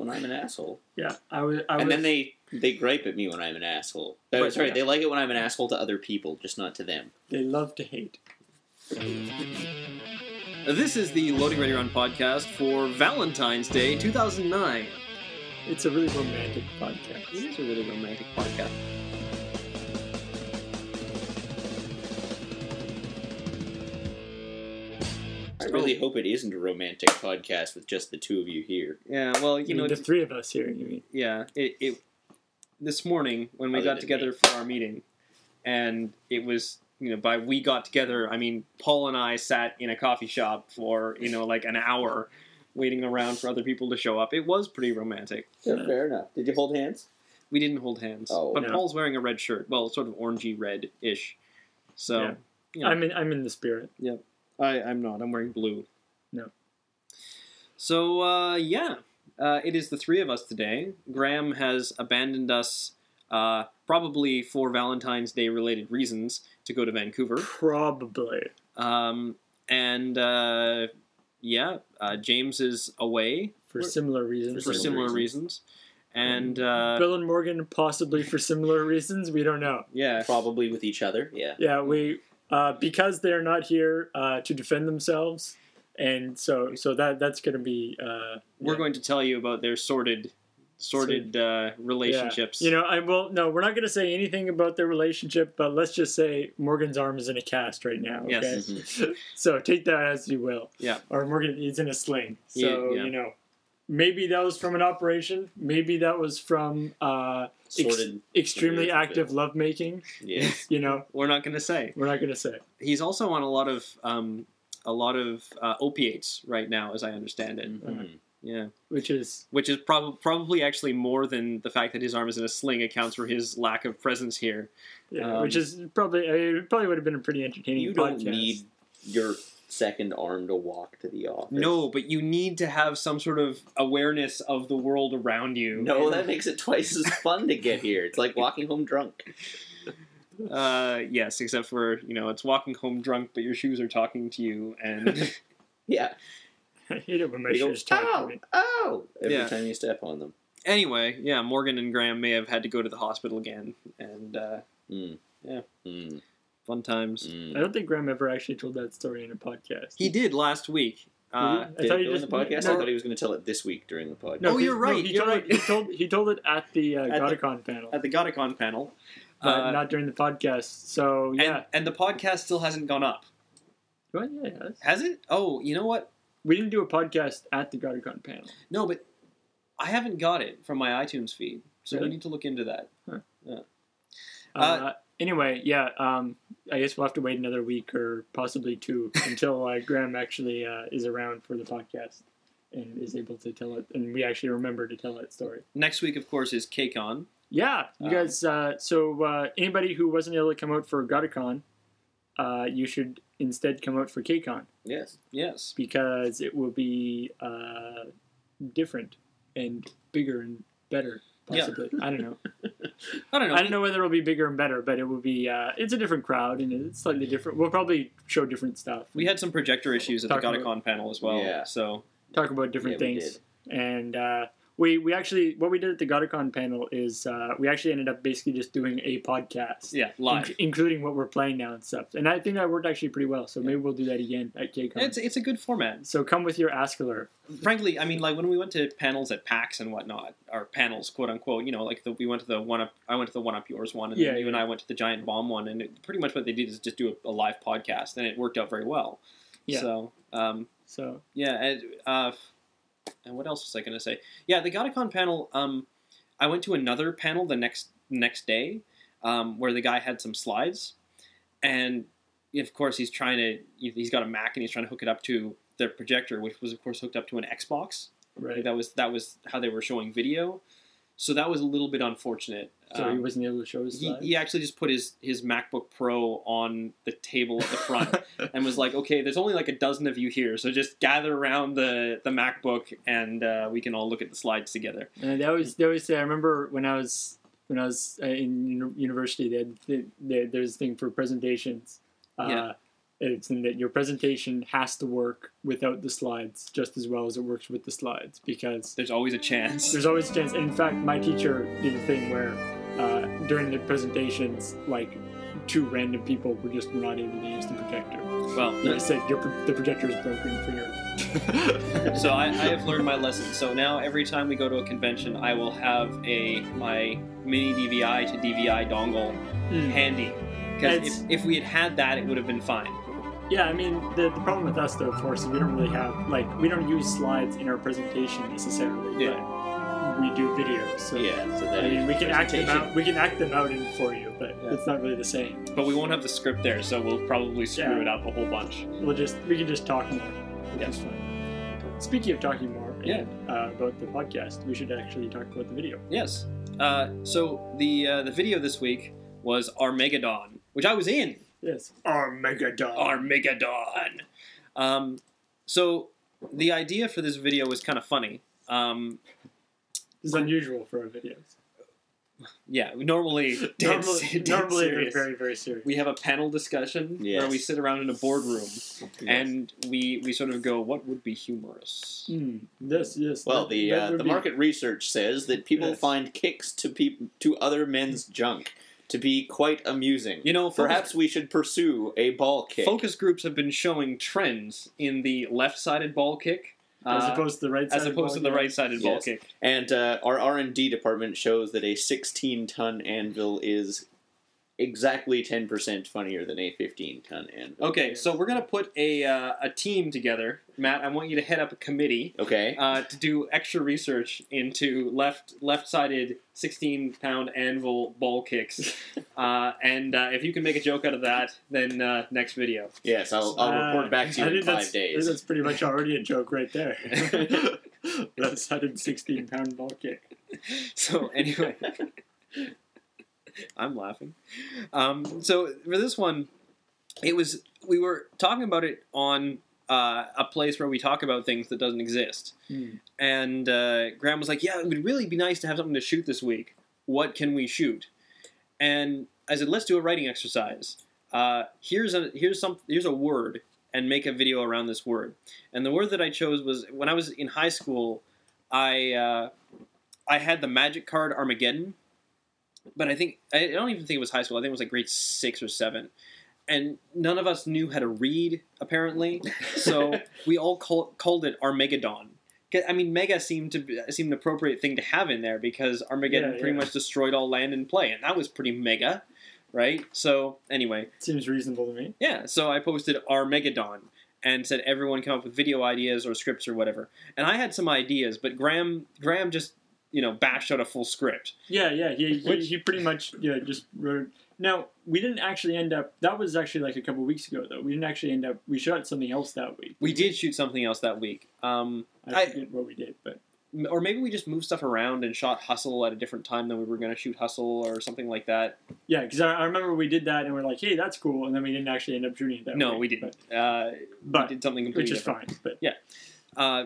I'm an asshole. Yeah, I was. I and was then they they gripe at me when I'm an asshole. Oh, But- sorry, they like it when I'm an asshole to other people, just not to them. they love to hate. This is the Loading Ready Run podcast for Valentine's Day 2009. It's a really romantic podcast. This is a really romantic podcast. I really hope it isn't a romantic podcast with just the two of you here. Yeah, well, you You know, mean the it's, three of us here. You mean? yeah, it, it. This morning when we Oh, Other got than together me. for our meeting, and it was you know by we got together I mean Paul and I sat in a coffee shop for you know like an hour, waiting around for other people to show up. It was pretty romantic. Yeah, fair enough. Did you hold hands? We didn't hold hands, Oh. but No. Paul's wearing a red shirt, well, sort of orangey red ish. So. Yeah. Yeah. I'm in. I'm in the spirit. I, I'm not. I'm wearing blue. No. So uh, yeah, uh, it is the three of us today. Graham has abandoned us, uh, probably for Valentine's Day related reasons, to go to Vancouver. Probably. Um, and uh, yeah, uh, James is away for We're- similar reasons. for similar reasons, and uh, Bill and Morgan possibly for similar reasons. We don't know. yeah, Probably with each other. Yeah. Yeah, we uh, because they're not here uh, to defend themselves, and so so that that's going to be uh, we're yeah. going to tell you about their sordid, sordid uh, relationships. You know, I will no. We're not going to say anything about their relationship, but let's just say Morgan's arm is in a cast right now. Yes. Okay? Mhm. so take that as you will. Yeah. Or Morgan is in a sling. Yeah, So yeah. you know, maybe that was from an operation. Maybe that was from uh, ex- Sorted. extremely Sorted. active lovemaking. Yeah. You know, we're not going to say. we're not going to say. he's also on a lot of um, a lot of uh, opiates right now, as I understand it. Uh, Mhm. Yeah, which is which is prob- probably actually more than the fact that his arm is in a sling accounts for his lack of presence here. yeah, Um, which is probably it probably would have been a pretty entertaining. You don't podcast. need your second arm to walk to the office. No, but you need to have some sort of awareness of the world around you. No, that makes it twice as fun to get here. It's like walking home drunk. Uh, yes, except for you know it's walking home drunk, but your shoes are talking to you, and Yeah. I hate it when my They go, shoes talk to oh, me. oh, every Yeah. time you step on them. anyway, yeah, Morgan and Graham may have had to go to the hospital again, and uh, Mm. Yeah. Mm. fun times. Mm. I don't think Graham ever actually told that story in a podcast. He did last week. Uh, Did he? Did thought it you go in just- the podcast? no. I thought he was going to tell it this week during the podcast. No, Oh, he- you're no, right, he you're told right. It, he told he told it at the uh, At the- Godicon panel, at the Godicon panel. but Uh, not during the podcast. So yeah, and, and the podcast still hasn't gone up. Well, yeah, yeah, that's- Has it? Oh, you know what? we didn't do a podcast at the Godicon panel. No, but I haven't got it from my iTunes feed. So we Really? need to look into that. Uh, Uh, anyway, yeah, um, I guess we'll have to wait another week or possibly two until uh, Graham actually uh, is around for the podcast and is able to tell it, and we actually remember to tell that story. Next week, of course, is KCON. Yeah, you Uh, guys. Uh, so uh, anybody who wasn't able to come out for Godicon, uh, you should instead come out for KCON Yes. Yes. because it will be uh, different and bigger and better. Yeah. Possibly, I don't know. I don't know. I don't know whether it'll be bigger and better, but it will be. Uh, it's a different crowd and it's slightly different. We'll probably show different stuff. We had some projector issues at the Talking Godicon about- panel as well. Yeah. So talk about different Yeah, we things. And uh, we we actually what we did at the Godicon panel is uh, we actually ended up basically just doing a podcast, yeah, live. in- including what we're playing now and stuff. And I think that worked actually pretty well. So maybe we'll do that again at KCON. It's e- it's a good format. so come with your Askler. Frankly, I mean, like when we went to panels at PAX and whatnot, or panels, quote unquote, you know, like the, we went to the one up. I went to the one up yours one, and Yeah, then you yeah. and I went to the giant bomb one, and it, pretty much what they did is just do a, a live podcast, and it worked out very well. Yeah. So um, So Yeah, and uh, and what else was I going to say? Yeah, the Godicon panel. Um, I went to another panel the next next day, um, where the guy had some slides, and of course he's trying to he's got a Mac and he's trying to hook it up to their projector, which was of course hooked up to an Xbox. right. Like, that was that was how they were showing video, so that was a little bit unfortunate. So he Um, wasn't able to show his he, slides. he actually just put his, his MacBook Pro on the table at the front and was like, okay, there's only like a dozen of you here, so just gather around the, the MacBook and uh, we can all look at the slides together. And they always they always say. I remember when I was when I was uh, in uni- university, they had th- they, there was a thing for presentations. Uh, It's in that your presentation has to work without the slides just as well as it works with the slides because There's always a chance. there's always a chance. In fact, my teacher did a thing where uh, during the presentations, like two random people were just not able to use the projector. Well, And I said, your pro- the projector is broken for your. so I, I have learned my lesson. So now every time we go to a convention, I will have a my mini DVI to DVI dongle Mm. handy. Because It's- if, if we had had that, it would have been fine. Yeah, I mean, the, the problem with us, though, of course, is we don't really have, like, we don't use slides in our presentation necessarily, but we do videos. So, Yeah, so that I mean, is we can act them presentation. out, we can act them out in for you, but Yeah. it's not really the same. But we won't have the script there, so we'll probably screw Yeah. it up a whole bunch. We'll just, we can just talk more, which Yeah. is fun. Speaking of talking more and, Yeah. uh, about the podcast, we should actually talk about the video. Yes. Uh, so the uh, the video this week was Armageddon, which I was in. Yes. Armageddon. Armageddon. Um, so the idea for this video was kind of funny. Um, It's unusual for our videos. yeah, normally, dead, normally, se- dead normally they're serious. very, very serious. we have a panel discussion where Yes. we sit around in a boardroom Yes. and we we sort of go, what would be humorous? Mm, yes, yes. Well, that- the that uh, would the be- market research says that people Yes. find kicks to peop- to other men's junk to be quite amusing. You know, focus, Perhaps we should pursue a ball kick. focus groups have been showing trends in the left-sided ball kick as uh, opposed to the right as side of opposed to the ball, yeah. right-sided ball Yes. kick. And uh, our R and D department shows that a 16 ton anvil is exactly 10 percent funnier than a 15 ton anvil. Okay, so we're gonna put a uh, a team together, Matt. I want you to head up a committee. Okay. Uh, to do extra research into left left-sided 16-pound anvil ball kicks, uh, and uh, if you can make a joke out of that, then uh, next video. Yes, I'll, I'll Uh, report back to you I in think five that's- I think days. That's pretty much already a joke right there. That's 116 pound ball kick. So anyway, I'm laughing. Um, so for this one, it was we were talking about it on uh, a place where we talk about things that doesn't exist, Hmm. and uh, Graham was like, "Yeah, it would really be nice to have something to shoot this week. What can we shoot?" And I said, "Let's do a writing exercise. Uh, here's a here's some here's a word." And make a video around this word. And the word that I chose was when I was in high school, I uh, I had the magic card Armageddon, but I think I don't even think it was high school. I think it was like grade six or seven, and none of us knew how to read apparently, so we all call, called it Armageddon. 'Cause, I mean, mega seemed to be, seemed an appropriate thing to have in there because Armageddon Yeah, pretty yeah. much destroyed all land and play, and that was pretty mega, right? So anyway, Seems reasonable to me. yeah, so I posted our Megadon and said everyone come up with video ideas or scripts or whatever. And I had some ideas, but Graham Graham just you know bashed out a full script. Yeah, yeah. He, he, Which- he pretty much yeah just wrote. Now we didn't actually end up. That was actually like a couple weeks ago though. We didn't actually end up. We shot something else that week. We did shoot something else that week, um, I, I- forget what we did, but m- or maybe we just moved stuff around and shot Hustle at a different time than we were going to shoot Hustle or something like that. yeah, because I, I remember we did that and we're like, hey, that's cool, and then we didn't actually end up shooting it that no, way, we didn't. Uh, But, we did something but completely which is different. fine. But Uh,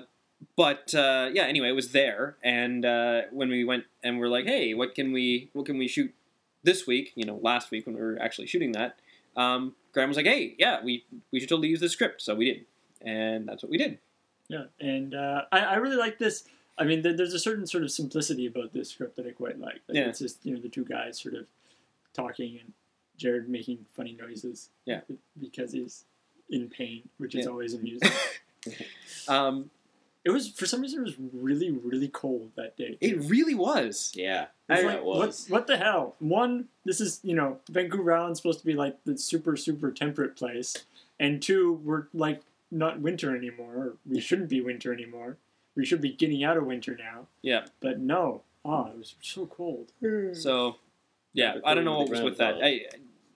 but uh, yeah, anyway, it was there, and uh, when we went and we're like, hey, what can we what can we shoot this week? You know, last week when we were actually shooting that, um, Graham was like, hey, yeah, we we should totally use this script, so we did, and that's what we did. Yeah, and uh, I, I really like this. I mean, there, there's a certain sort of simplicity about this script that I quite like. Like, Yeah. It's just you know the two guys sort of talking and Jared making funny noises. Yeah. Because he's in pain, which is Yeah. always amusing. Um, it was for some reason it was really really cold that day. it really was. yeah, It's that like, was. What, what the hell? One, this is, you know, Vancouver Island's supposed to be like the super, super temperate place. And two, we're like not winter anymore. Or we shouldn't be winter anymore. We should be getting out of winter now. Yeah. But no. Oh, it was so cold. So yeah, I don't know what was with that. I,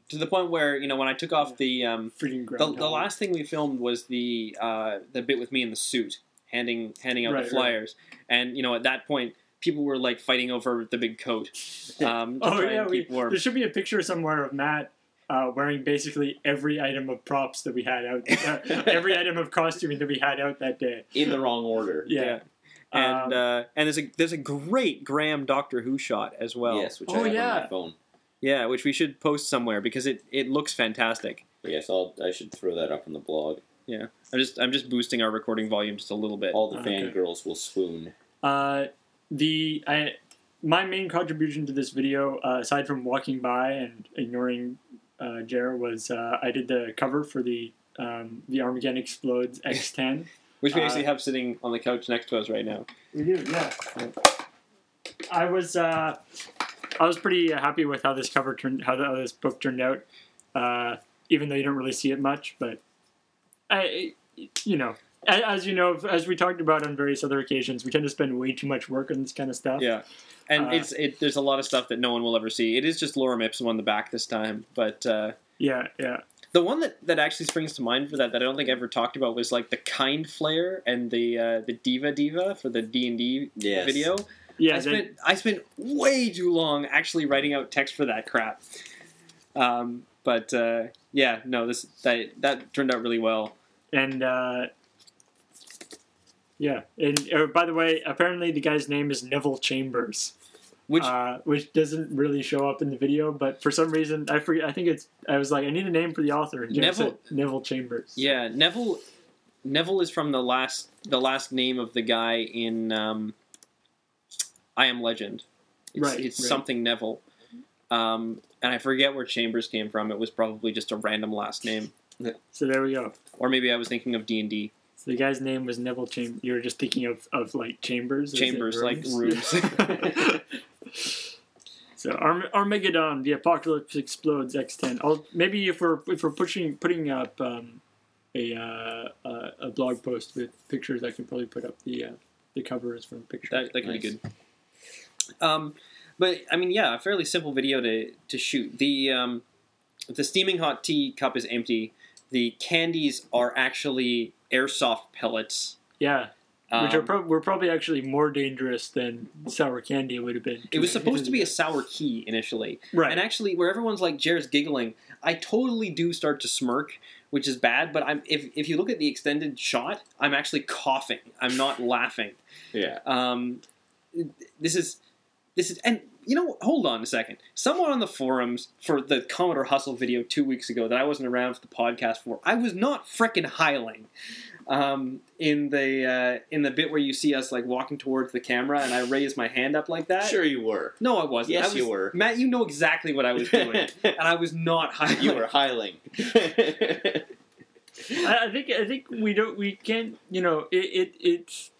to the point where you know when I took off the um, Freaking the, groundhog. the last thing we filmed was the uh, the bit with me in the suit handing handing out Right, the right. flyers and you know at that point people were like fighting over the big coat um, to Oh try yeah, and we, keep warm there should be a picture somewhere of Matt uh, wearing basically every item of props that we had out, uh, every item of costuming that we had out that day. in the wrong order. Yeah. Um, and uh, and there's a there's a great Graham Doctor Who shot as well yes, which Oh, I have on yeah. my phone. yeah which we should post somewhere because it it looks fantastic But yes, I'll, I should throw that up on the blog. I'm just I'm just boosting our recording volume just a little bit. All the Okay. fangirls will swoon. Uh, the I my main contribution to this video, uh, aside from walking by and ignoring uh, Jer, was uh, I did the cover for the um, the Armageddon explodes X10. Which we Uh, actually have sitting on the couch next to us right now. we do, yeah. I was uh, I was pretty happy with how this cover turned, how, the, how this book turned out. Uh, even though you don't really see it much, but I, you know, a- as you know, as we talked about on various other occasions, we tend to spend way too much work on this kind of stuff. Yeah, and Uh, it's it. There's a lot of stuff that no one will ever see. It is just Lorem Ipsum on the back this time, but uh, yeah, yeah. the one that, that actually springs to mind for that that I don't think I ever talked about was like the kind flare and the uh, the diva diva for the D and D Yes. video. Yeah, I that- spent I spent way too long actually writing out text for that crap. Um, but uh, yeah, no, this that that turned out really well. and uh, yeah. And uh, by the way, apparently the guy's name is Neville Chambers, Which uh, which doesn't really show up in the video, but for some reason I forget. I think it's. I was like, I need a name for the author. And James Neville- said Neville Chambers. yeah, Neville Neville is from the last the last name of the guy in um, I Am Legend. It's, Right, it's right. something Neville. Um, and I forget where Chambers came from. It was probably just a random last name, So there we go. or maybe I was thinking of D and D So the guy's name was Neville Chambers. You were just thinking of, of like chambers. as in Chambers, like rooms. So Arm- Armageddon, the apocalypse explodes X10. I'll, maybe if we're if we're pushing putting up um, a uh, uh, a blog post with pictures, I can probably put up the uh, the cover as from pictures. That, that could be Nice. good. Um, but I mean, yeah, a fairly simple video to, to shoot. The um, the steaming hot tea cup is empty. The candies are actually airsoft pellets, yeah, um, which are prob- were probably actually more dangerous than sour candy would have been. it was supposed to be a sour key initially, right. and actually, where everyone's like Jared's giggling, I totally do start to smirk, which is bad. But I'm if if you look at the extended shot, I'm actually coughing. I'm not laughing. Yeah. um, this is this is and you know hold on a second someone on the forums for the commodore hustle video two weeks ago that i wasn't around for the podcast for i was not frickin' hiling um, in the uh, in the bit where you see us like walking towards the camera and i raise my hand up like that Sure, you were. no i wasn't Yes, I was- you were. matt you know exactly what i was doing and i was not hiling you were hiling. I, I think I think we don't we can't you know it it it's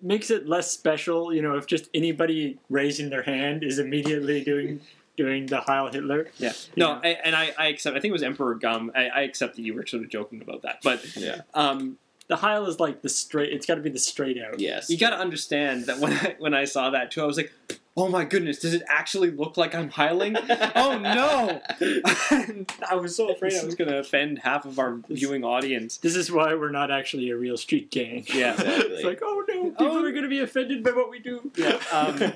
makes it less special you know if just anybody raising their hand is immediately doing doing the Heil Hitler. yeah no Yeah. I, and I, I accept i think it was emperor gum I, I accept that you were sort of joking about that but yeah. um The Heil is like the straight. It's got to be the straight out. Yes. You got to understand that when I, when I saw that too, I was like, "Oh my goodness, does it actually look like I'm hiling?" oh no! I was so afraid I was going to offend half of our viewing audience. This is why we're not actually a real street gang. Yeah. it's like oh no, people Oh. are going to be offended by what we do. Yeah. Um,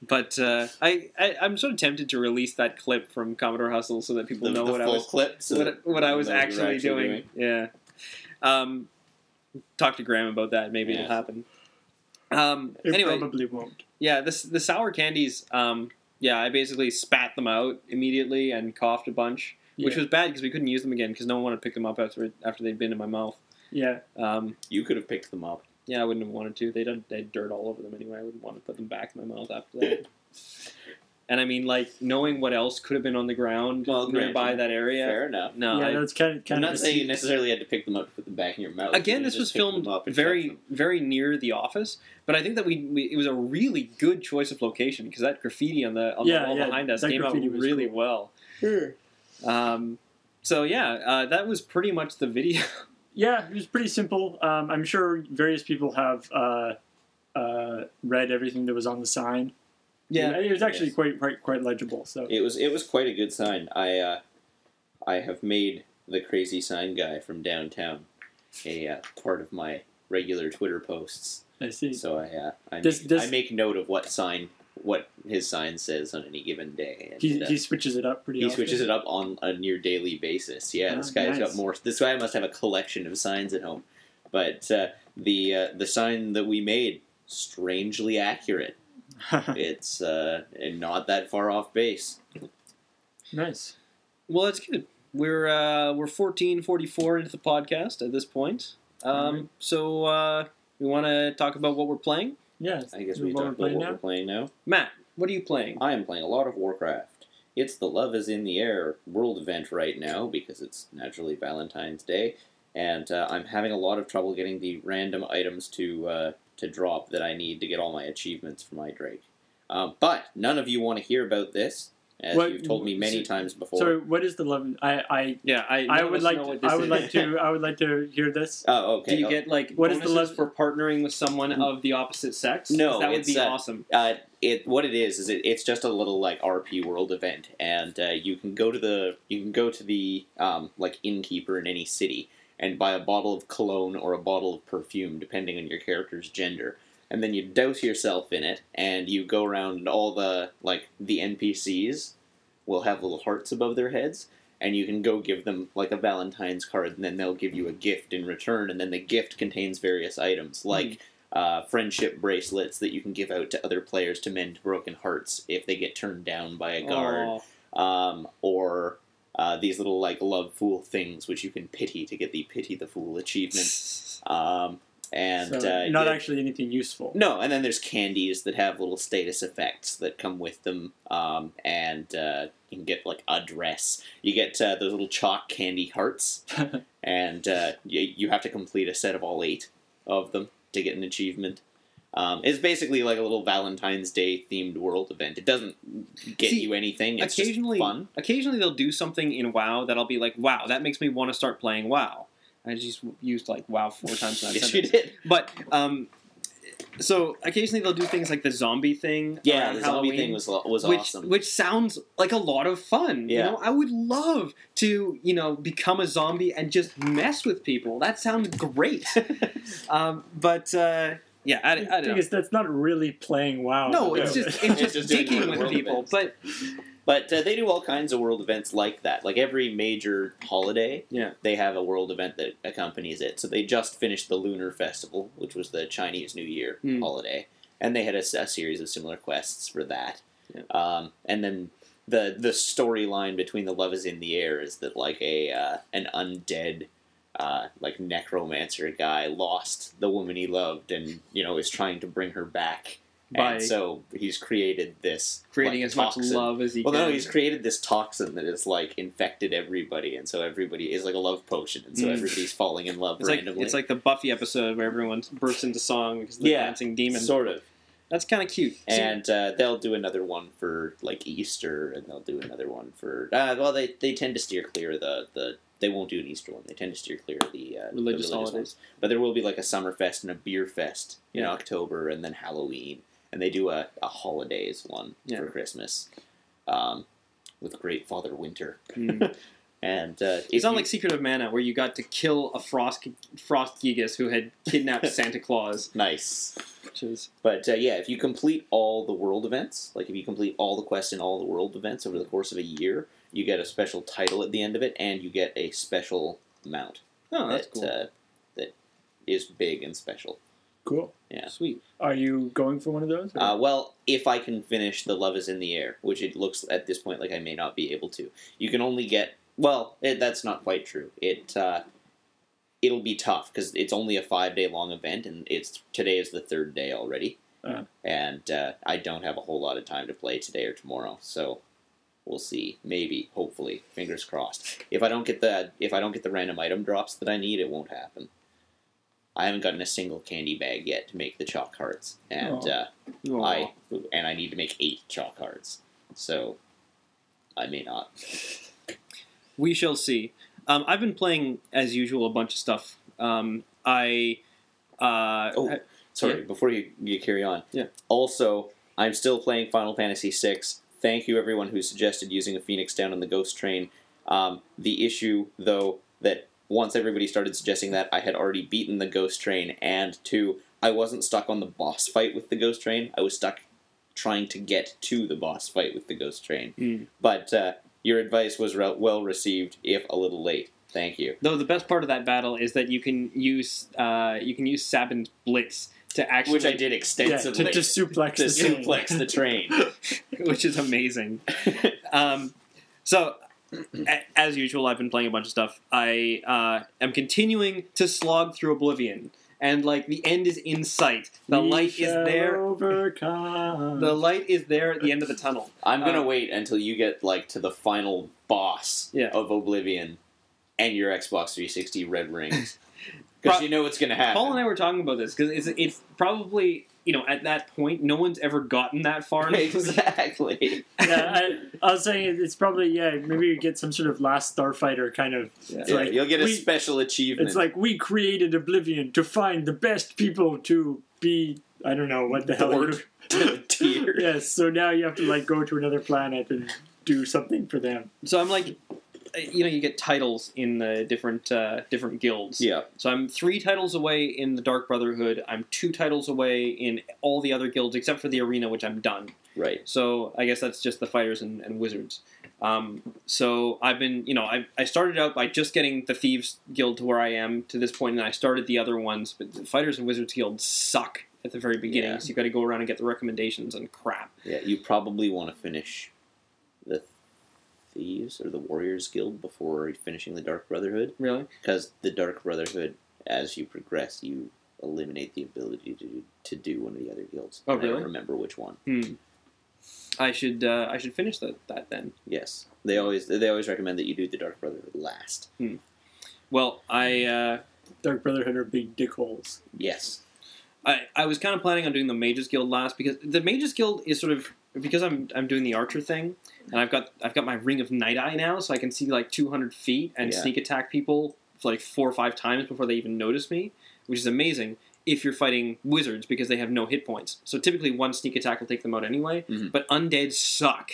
but uh, I, I I'm sort of tempted to release that clip from Commodore Hustle so that people the, know the what I full was clip. So what, what I was know what you're actually, doing. Yeah. Um, talk to Graham about that. Maybe Yeah. it'll happen. Um, It anyway, probably won't. Yeah, this the sour candies. Um, yeah, I basically spat them out immediately and coughed a bunch, which Yeah. was bad because we couldn't use them again because no one wanted to pick them up after after they'd been in my mouth. Yeah, Um, You could have picked them up. yeah, I wouldn't have wanted to. They done they had dirt all over them anyway. I wouldn't want to put them back in my mouth after that. and I mean, like knowing what else could have been on the ground Well, nearby granted. that area. Fair enough. No, yeah. I- that's kind of I'm kind of not a saying you secret. necessarily had to pick them up to put them back in your mouth. again, You this just was picked them filmed up and kept very them. very near the office, but I think that we, we it was a really good choice of location because that graffiti on the on Yeah, the wall yeah, behind us that came out graffiti was really well. Um, so yeah, uh, that was pretty much the video. Yeah, it was pretty simple. Um, I'm sure various people have uh, uh, read everything that was on the sign. it was actually Yes. quite, quite quite legible. So It was it was quite a good sign. I uh, I have made the crazy sign guy from downtown a uh, part of my regular Twitter posts. I see. So I uh, I, Does- make, does- I make note of what sign what his sign says on any given day. And, He, uh, he switches it up pretty. he often. switches it up on a near daily basis. Yeah, Oh, this guy's nice. got more. This guy must have a collection of signs at home. But uh, the uh, the sign that we made strangely accurate. It's uh, and not that far off base. nice. Well, that's good. we're uh, we're fourteen forty four into the podcast at this point. Um, Alright. So uh, we want to talk about what we're playing. Yeah. I guess We're we what talked we're about what we're playing playing now. Matt, what are you playing? I am playing a lot of Warcraft. It's the Love is in the Air world event right now because it's naturally Valentine's Day, and uh, I'm having a lot of trouble getting the random items to uh, to drop that I need to get all my achievements for my Drake. Um, but none of you want to hear about this, as What- you've told me many so- times before. Sorry, what is the love? I I, Yeah, I I none of would us like know what to, this I would is. like to I would like to hear this. oh, okay. Do you get like What what is is the bonuses lev- for partnering with someone of the opposite sex? No, 'Cause that would it's, be uh, awesome. Uh, it what it is is it, it's just a little like RP world event, and uh, you can go to the you can go to the um, like innkeeper in any city and buy a bottle of cologne or a bottle of perfume, depending on your character's gender, and then you douse yourself in it, and you go around and all the like the NPCs will have little hearts above their heads. And you can go give them like a Valentine's card, and then they'll give you a gift in return. And then the gift contains various items like uh, friendship bracelets that you can give out to other players to mend broken hearts if they get turned down by a guard, Oh, um, or uh, these little like love fool things which you can pity to get the pity the fool achievement. Um, and So, uh, not yeah- actually anything useful. no, and then there's candies that have little status effects that come with them, um, and uh, you can get like a dress. You get uh, those little chalk candy hearts, and uh, you, you have to complete a set of all eight of them to get an achievement. Um, it's basically like a little Valentine's Day themed world event. It doesn't get See, you anything. It's occasionally, just fun. occasionally they'll do something in WoW that'll be like, "Wow, that makes me want to start playing WoW." I just used like "Wow" four times. In that yes, you sentence. did. But um, so occasionally they'll do things like the zombie thing. Yeah, around the zombie Halloween, thing was lo- was which, awesome. Which sounds like a lot of fun. Yeah. You know, I would love to, you know, become a zombie and just mess with people. That sounds great. um, but uh, yeah, I, I The don't thing know. is, that's not really playing WoW. No, no. it's just It's it's just, just doing dicking the with world people. events. But But uh, they do all kinds of world events like that. Like every major holiday, Yeah. they have a world event that accompanies it. So they just finished the Lunar Festival, which was the Chinese New Year Hmm. holiday, and they had a, s- a series of similar quests for that. Yeah. Um, and then the the storyline between the Love Is in the Air is that like a uh, an undead. Uh, like necromancer guy lost the woman he loved and you know is trying to bring her back by and so he's created this creating like, as much toxin. love as he Well, can. no, he's created this toxin that has like infected everybody, and so everybody is like a love potion, and so Mm. everybody's falling in love it's like randomly. it's like the Buffy episode where everyone bursts into song because of the Yeah. dancing demon. sort of. That's kind of cute. And uh, they'll do another one for like Easter, and they'll do another one for. Uh, well, they they tend to steer clear of the the. They won't do an Easter one. They tend to steer clear of the uh, the Religious holidays. ones. But there will be like a summer fest and a beer fest in Yeah. October, and then Halloween, and they do a, a holidays one Yeah. for Christmas, um, with Great Father Winter. Hmm. And uh, if It's not you- like Secret of Mana, where you got to kill a Frost Frost Gigas who had kidnapped Santa Claus. Nice. Which is But uh, yeah, if you complete all the world events, like if you complete all the quests in all the world events over the course of a year, you get a special title at the end of it, and you get a special mount oh, that's that cool, uh, that is big and special. Cool. yeah. sweet. Are you going for one of those? or- Uh, well, if I can finish the Love Is in the Air, which it looks at this point like I may not be able to, you can only get. Well, it, that's not quite true. It uh, it'll be tough because it's only a five day long event, and it's today is the third day already, Uh-huh. and uh, I don't have a whole lot of time to play today or tomorrow. So we'll see. Maybe, hopefully, fingers crossed. If I don't get the if I don't get the random item drops that I need, it won't happen. I haven't gotten a single candy bag yet to make the chalk hearts, and. Aw. Uh, Aw. I and I need to make eight chalk cards, so I may not. We shall see. Um, I've been playing as usual a bunch of stuff. Um, I uh, Oh, I- Sorry, Yeah. before you, you carry on. Yeah. Also, I'm still playing Final Fantasy VI. Thank you, everyone who suggested using a Phoenix down on the Ghost Train. Um, the issue, though, that once everybody started suggesting that, I had already beaten the Ghost Train, and two, I wasn't stuck on the boss fight with the Ghost Train. I was stuck trying to get to the boss fight with the Ghost Train. Mm. But uh, your advice was re- well received, if a little late. Thank you. though the best part of that battle is that you can use uh, you can use Sabin's Blitz to actually, which I did yeah, extensively. to, to suplex to the train. suplex the train. which is amazing. Um, so a- as usual, I've been playing a bunch of stuff. I uh, am continuing to slog through Oblivion, and like the end is in sight. The We light is shall there. Overcome. The light is there at the end of the tunnel. I'm gonna Uh, wait until you get like to the final boss Yeah. of Oblivion and your Xbox 360 red rings because Pro- you know what's gonna happen. Paul and I were talking about this because it's, it's probably you know at that point no one's ever gotten that far. in Oblivion. exactly. yeah, I, I was saying it- it's probably yeah. Maybe you get some sort of last starfighter kind of. Yeah. It's Yeah, like you'll get a we- special achievement. It's like we created Oblivion to find the best people to be. I don't know what the hell. Bored to the tier. yes. So now you have to like go to another planet and do something for them. So I'm like, uh, you know, you get titles in the different uh, different guilds. Yeah. So I'm three titles away in the Dark Brotherhood. I'm two titles away in all the other guilds except for the arena, which I'm done. Right. So I guess that's just the fighters and, and wizards. Um, so I've been, you know, I, I started out by just getting the thieves guild to where I am to this point, and I started the other ones. But the fighters and wizards guild suck at the very beginning, Yeah. so you got to go around and get the recommendations and crap. Yeah. You probably want to finish the thieves or the warriors guild before finishing the Dark Brotherhood. Really? because the Dark Brotherhood, as you progress, you eliminate the ability to to do one of the other guilds. Oh, And I really? don't remember which one. Hmm. I should uh, I should finish that that then. Yes, they always they always recommend that you do the Dark Brotherhood last. Well, I. Uh, Dark Brotherhood are big dickholes. Yes, I, I was kind of planning on doing the Mages Guild last because the Mages Guild is sort of because I'm I'm doing the archer thing and I've got I've got my ring of night eye now so I can see like 200 feet and Yeah. sneak attack people like four or five times before they even notice me, which is amazing if you're fighting wizards because they have no hit points. So typically one sneak attack will take them out anyway, Mhm. but undead suck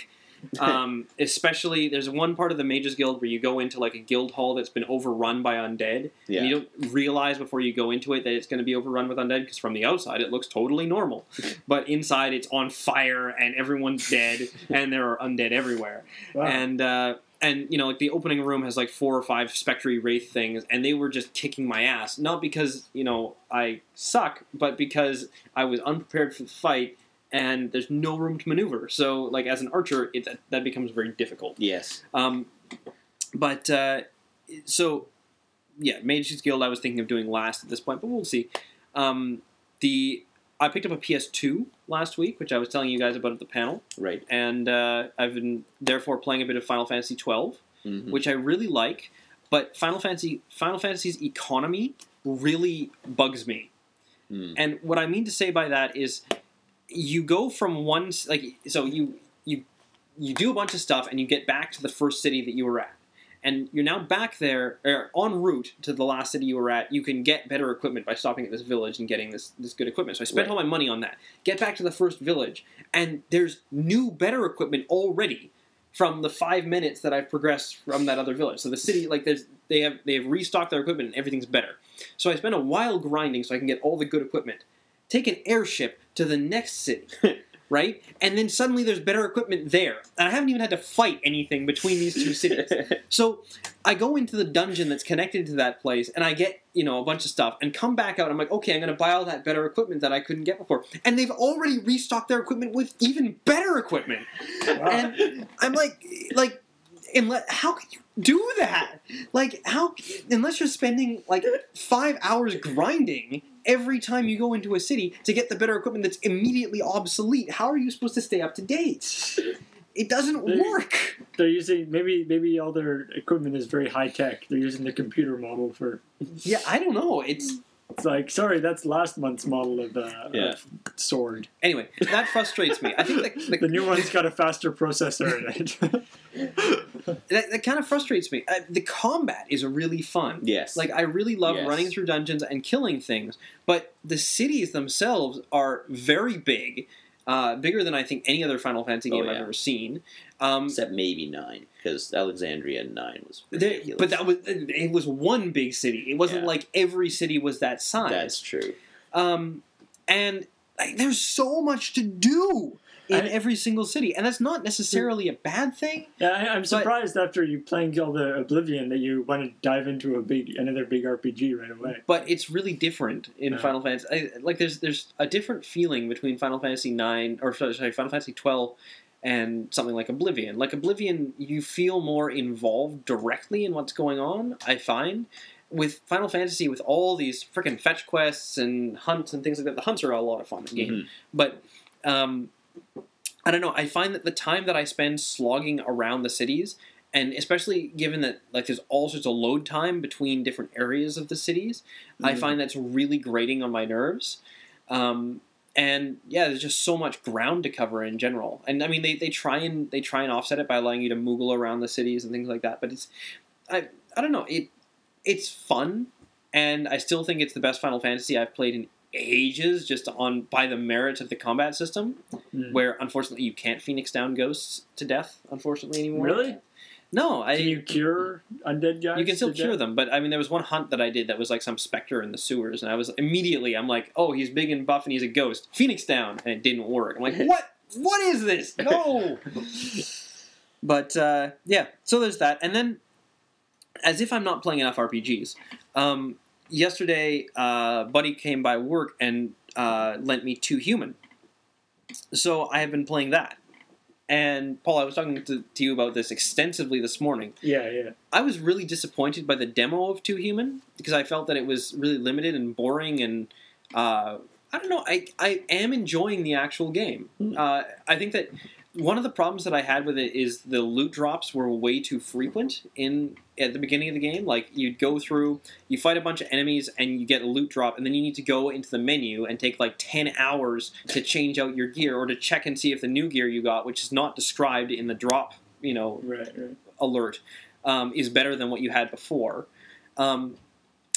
um, especially there's one part of the mages guild where you go into like a guild hall that's been overrun by undead Yeah. and you don't realize before you go into it that it's going to be overrun with undead because from the outside it looks totally normal but inside it's on fire and everyone's dead and there are undead everywhere Wow. and uh, and you know like the opening room has like four or five spectre wraith things and they were just kicking my ass not because you know i suck but because i was unprepared for the fight and there's no room to maneuver so like as an archer it, that, that becomes very difficult yes, um, but uh, so yeah, Mages Guild. I was thinking of doing last at this point, but we'll see. Um, the I picked up a PS2 last week, which I was telling you guys about at the panel, right. and uh, I've been therefore playing a bit of Final Fantasy 12 Mhm. which I really like. But Final Fantasy Final Fantasy's economy really bugs me. Hmm. And what I mean to say by that is, you go from one s- like so you you you do a bunch of stuff and you get back to the first city that you were at. And you're now back there, or en route to the last city you were at. You can get better equipment by stopping at this village and getting this, this good equipment. So I spent Right. all my money on that. Get back to the first village, and there's new, better equipment already from the five minutes that I've progressed from that other village. So the city, like, there's they have they have restocked their equipment and everything's better. So I spend a while grinding so I can get all the good equipment. Take an airship to the next city, right? And then suddenly there's better equipment there. And I haven't even had to fight anything between these two cities. So I go into the dungeon that's connected to that place and I get, you know, a bunch of stuff and come back out. I'm like, okay, I'm going to buy all that better equipment that I couldn't get before. And they've already restocked their equipment with even better equipment. Wow. And I'm like, like, unless, how can you do that? Like, how, unless you're spending like five hours grinding every time you go into a city to get the better equipment that's immediately obsolete, how are you supposed to stay up to date? It doesn't There- work. They're using maybe maybe all their equipment is very high tech. They're using the computer model for. Yeah, I don't know. It's It's like sorry, that's last month's model of, uh, Yeah. of sword. Anyway, that frustrates me. I think that, The new one's got a faster processor in it. that, that kind of frustrates me. Uh, the combat is really fun. yes, Like um, I really love Yes. running through dungeons and killing things, but the cities themselves are very big, uh, bigger than I think any other Final Fantasy Oh, game I've yeah. ever seen. Um, except maybe nine because Alexandria nine was there- ridiculous. but that was uh, it was one big city. It wasn't Yeah. like every city was that size. that's true. Um, and like, there's so much to do in I- every single city, and that's not necessarily a bad thing. yeah, I, I'm surprised after you playing all the Oblivion that you want to dive into a big another big RPG right away. but it's really different in Yeah. Final Fantasy. I, like there's there's a different feeling between Final Fantasy nine or sorry, sorry, Final Fantasy twelve and something like Oblivion. Like Oblivion, you feel more involved directly in what's going on, I find. With Final Fantasy, with all these freaking fetch quests and hunts and things like that, the hunts are a lot of fun in the game. Mhm. But um, I don't know. I find that the time that I spend slogging around the cities, and especially given that like there's all sorts of load time between different areas of the cities, I Mhm. find that's really grating on my nerves. Um, and yeah, there's just so much ground to cover in general. And I mean, they, they try and they try and offset it by allowing you to moogle around the cities and things like that. But it's I I don't know it it's fun, and I still think it's the best Final Fantasy I've played in ages, just on by the merits of the combat system Mm. where unfortunately you can't phoenix down ghosts to death unfortunately anymore Really? no i Can you cure undead guys? you can still to cure death? them but i mean there was one hunt that i did that was like some specter in the sewers and i was immediately i'm like oh he's big and buff and he's a ghost phoenix down and it didn't work i'm like what what is this no but uh, yeah so there's that and then as if i'm not playing enough rpgs um, yesterday uh, buddy came by work and uh, lent me two human so i have been playing that and paul i was talking to, to you about this extensively this morning Yeah, yeah. I was really disappointed by the demo of Two Human because I felt that it was really limited and boring, and uh, I don't know. I I am enjoying the actual game. Hmm. Uh, I think that one of the problems that I had with it is the loot drops were way too frequent in at the beginning of the game. Like you'd go through, you fight a bunch of enemies, and you get a loot drop, and then you need to go into the menu and take like ten hours to change out your gear or to check and see if the new gear you got, which is not described in the drop, you know, Right, right. alert um, is better than what you had before. Um,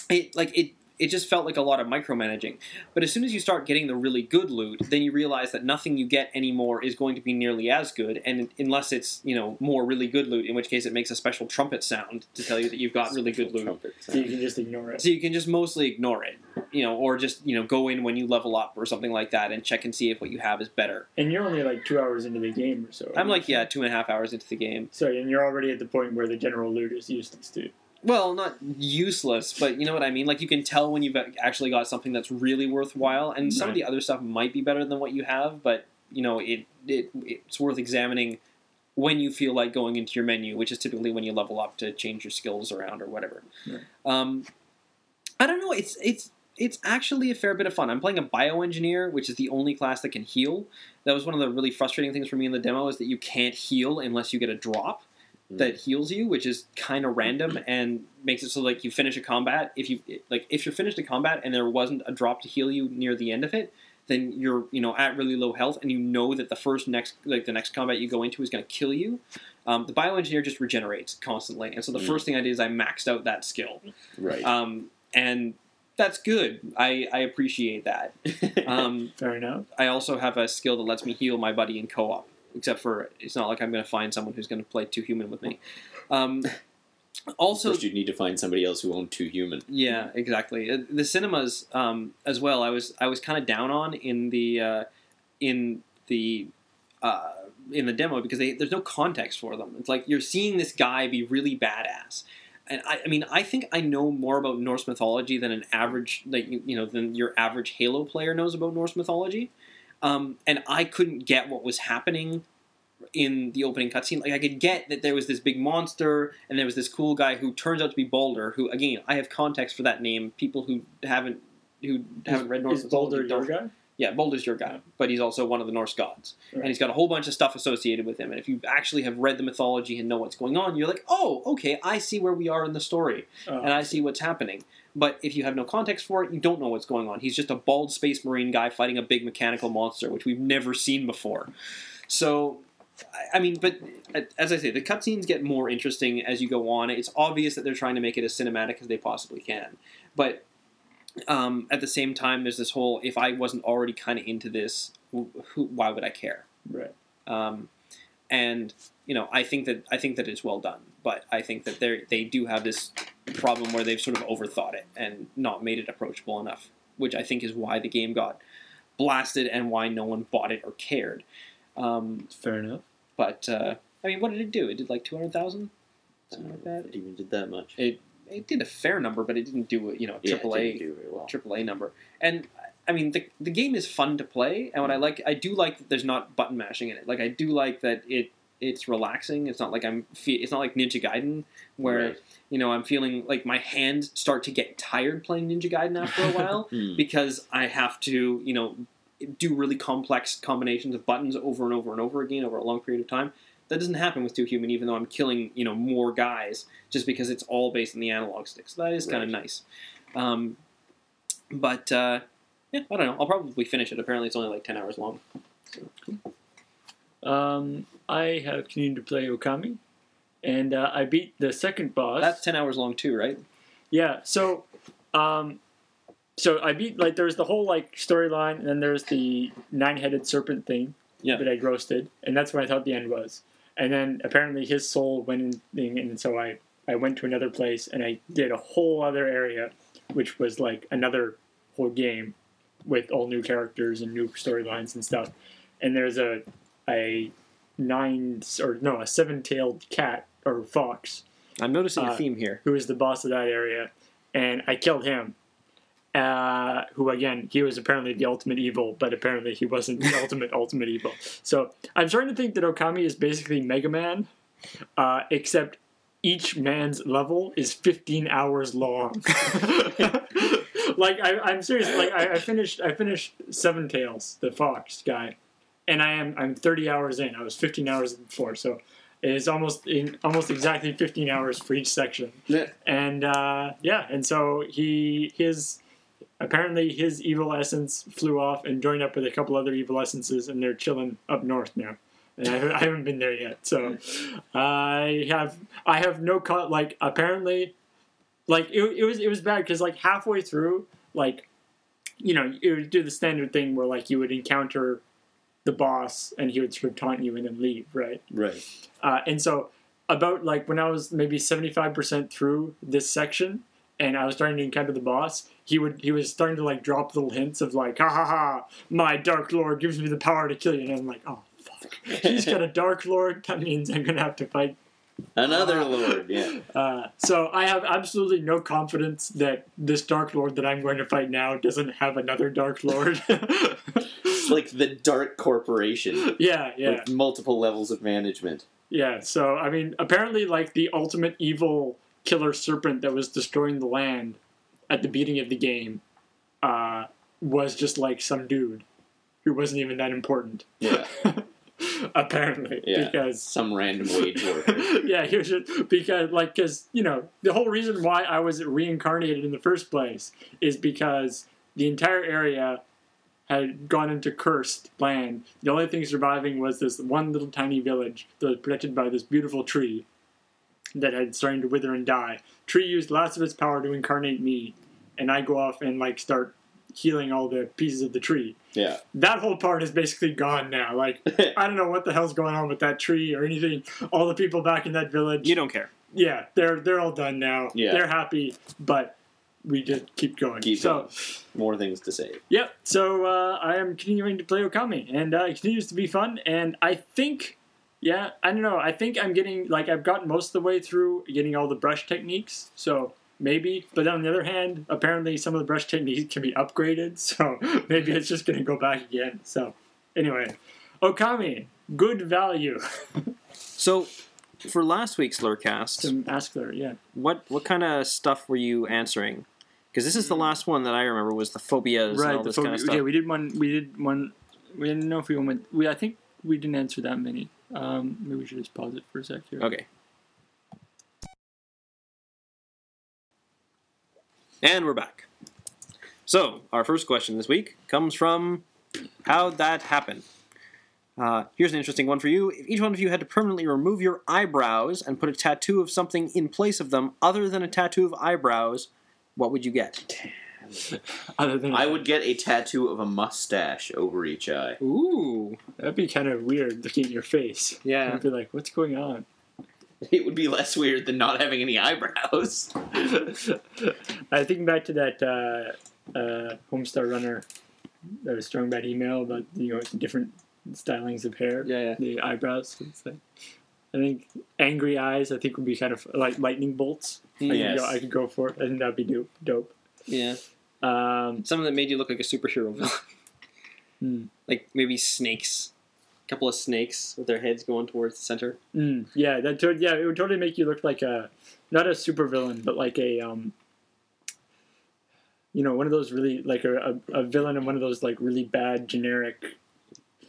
it like it it just felt like a lot of micromanaging. But as soon as you start getting the really good loot, then you realize that nothing you get anymore is going to be nearly as good, and unless it's you know more really good loot, in which case it makes a special trumpet sound to tell you that you've got really good loot. Trumpet So you sound. can just ignore it. So you can just mostly ignore it, you know, or just you know go in when you level up or something like that and check and see if what you have is better. And you're only like two hours into the game or so. I'm like yeah, two and a half hours into the game. So, and you're already at the point where the general loot is useless too. well not useless but you know what i mean like you can tell when you've actually got something that's really worthwhile and some of Right. the other stuff might be better than what you have but you know it, it it's worth examining when you feel like going into your menu which is typically when you level up to change your skills around or whatever Right. um, i don't know it's it's it's actually a fair bit of fun. I'm playing a bioengineer, which is the only class that can heal. That was one of the really frustrating things for me in the demo is that you can't heal unless you get a drop that heals you, which is kind of random and makes it so like you finish a combat. If you like, if you're finished a combat and there wasn't a drop to heal you near the end of it, then you're you know at really low health, and you know that the first next like the next combat you go into is going to kill you. Um, the bioengineer just regenerates constantly, and so the Mm. first thing I did is I maxed out that skill, Right. um, and that's good. I, I appreciate that. Um, Fair enough. I also have a skill that lets me heal my buddy in co-op. Except for it's not like I'm going to find someone who's going to play two human with me. Um, also, First, you'd need to find somebody else who owned two human. yeah, exactly. Uh, The cinemas um, as well. I was I was kind of down on in the uh, in the uh, in the demo because they, there's no context for them. It's like you're seeing this guy be really badass. And I, I mean, I think I know more about Norse mythology than an average, like you, you know, than your average Halo player knows about Norse mythology. Um, and I couldn't get what was happening in the opening cutscene. Like I could get that there was this big monster and there was this cool guy who turns out to be Balder. Who again, I have context for that name. People who haven't who haven't read Is Norse Boulder mythology your don't guy? yeah, Boulder's your guy, but he's also one of the Norse gods, and Right. he's got a whole bunch of stuff associated with him. And if you actually have read the mythology and know what's going on, you're like, oh, okay, I see where we are in the story, Oh, and I see what's happening. But if you have no context for it, you don't know what's going on. He's just a bald space marine guy fighting a big mechanical monster, which we've never seen before. So, I- I mean, but uh, as I say, the cutscenes get more interesting as you go on. It's obvious that they're trying to make it as cinematic as they possibly can, but um, at the same time, there's this whole if I wasn't already kind of into this, who, who, why would I care? right. Um, and you know, I think that I think that it's well done, but I think that they they do have this problem where they've sort of overthought it and not made it approachable enough, which I think is why the game got blasted and why no one bought it or cared. Um, Oh, Fair enough. but uh, I mean, what did it do? It did like two hundred thousand, something like that. It even did that much. It did a fair number, but it didn't do you know Yeah, triple it A didn't do very well. AAA number. And I mean, the, the game is fun to play, and what I like, I do like that there's not button mashing in it. Like, I do like that it it's relaxing. It's not like I'm, fe- it's not like Ninja Gaiden where Right. you know I'm feeling like my hands start to get tired playing Ninja Gaiden after a while Hmm. because I have to, you know, do really complex combinations of buttons over and over and over again over a long period of time. That doesn't happen with Two Human, even though I'm killing, you know, more guys just because it's all based on the analog sticks. That is kind of Right. nice. Um, but uh, yeah, I don't know. I'll probably finish it. Apparently, it's only like ten hours long. Um, I have continued to play Okami, and uh, I beat the second boss. That's ten hours long too, right? Yeah. So, um, so I beat like there's the whole like storyline, and then there's the nine-headed serpent thing Yeah. that I roasted, and that's what I thought the end was. And then apparently his soul went in thing, and so I I went to another place and I did a whole other area, which was like another whole game with all new characters and new storylines and stuff. And there's a a nine or no a seven-tailed cat or fox I'm noticing Uh, a theme here. who was the boss of that area, and I killed him. Uh, who again? He was apparently the ultimate evil, but apparently he wasn't the ultimate ultimate evil. So I'm starting to think that Okami is basically Mega Man, uh, except each man's level is 15 hours long. like I, I'm serious. Like I, I finished. I finished Seven Tails, the fox guy, and I am I'm 30 hours in. I was 15 hours before, so it is almost in almost exactly 15 hours for each section. Yeah. And uh, yeah, and so he his apparently his evil essence flew off and joined up with a couple other evil essences, and they're chilling up north now. And I, I haven't been there yet, so I have I have no co- like apparently like it, it was it was bad because like halfway through like you know it would do the standard thing where like you would encounter the boss and he would sort of taunt you and then leave right Right. uh, and so, about like when I was maybe seventy five percent through this section, and I was starting to encounter the boss, he would he was starting to like drop little hints of like, ha ha ha, my dark lord gives me the power to kill you, and I'm like, oh fuck, he's got a dark lord. That means I'm gonna have to fight. Another Ah. lord. Yeah. Uh, so I have absolutely no confidence that this dark lord that I'm going to fight now doesn't have another dark lord. It's like the dark corporation yeah, yeah. with multiple levels of management. Yeah, so I mean, apparently, like the ultimate evil killer serpent that was destroying the land at the beginning of the game uh, was just like some dude who wasn't even that important, Yeah. apparently, Yeah. because Some random wage worker. yeah, he was just because like because you know the whole reason why I was reincarnated in the first place is because the entire area had gone into cursed land. The only thing surviving was this one little tiny village that was protected by this beautiful tree that had starting to wither and die. Tree used lots of its power to incarnate me, and I go off and like start healing all the pieces of the tree. Yeah. That whole part is basically gone now. Like I don't know what the hell's going on with that tree or anything. All the people back in that village, You don't care. yeah, they're they're all done now. Yeah. they're happy, but we just keep going. Keep so, going. More things to say. yep. So uh, I am continuing to play Okami, and uh, it continues to be fun. And I think, yeah, I don't know. I think I'm getting like I've gotten most of the way through getting all the brush techniques. So. Maybe, but on the other hand, apparently some of the brush techniques can be upgraded, so maybe it's just going to go back again. So, anyway, Okami, good value. So, for last week's Lurcast, to ask her, yeah. what what kind of stuff were you answering? Because this is the last one that I remember was the phobias and all right the this phobia. kind of stuff. yeah we did one we did one we didn't know if we went we i think we didn't answer that many um maybe we should just pause it for a sec here Okay. And we're back. So, our first question this week comes from How'd That Happen? Uh, here's an interesting one for you. If each one of you had to permanently remove your eyebrows and put a tattoo of something in place of them other than a tattoo of eyebrows, what would you get? other than I would get a tattoo of a mustache over each eye. Ooh. that'd be kind of weird looking at your face Yeah. i'd be like what's going on It would be less weird than not having any eyebrows. i think back to that uh uh homestar runner that was throwing that email about you know the different stylings of hair Yeah, yeah. the eyebrows it's like- i think angry eyes i think would Oh, be kind of like lightning bolts I could Yes. go- I could go for it. I think that'd be dope. Dope. Yeah. Um, Something that made you look like a superhero villain. mm, like maybe snakes. A couple of snakes with their heads going towards the center. mm, yeah, that to- yeah, it would totally make you look like a not a supervillain, but like a um, you know, one of those really like a, a, a villain in one of those like really bad generic.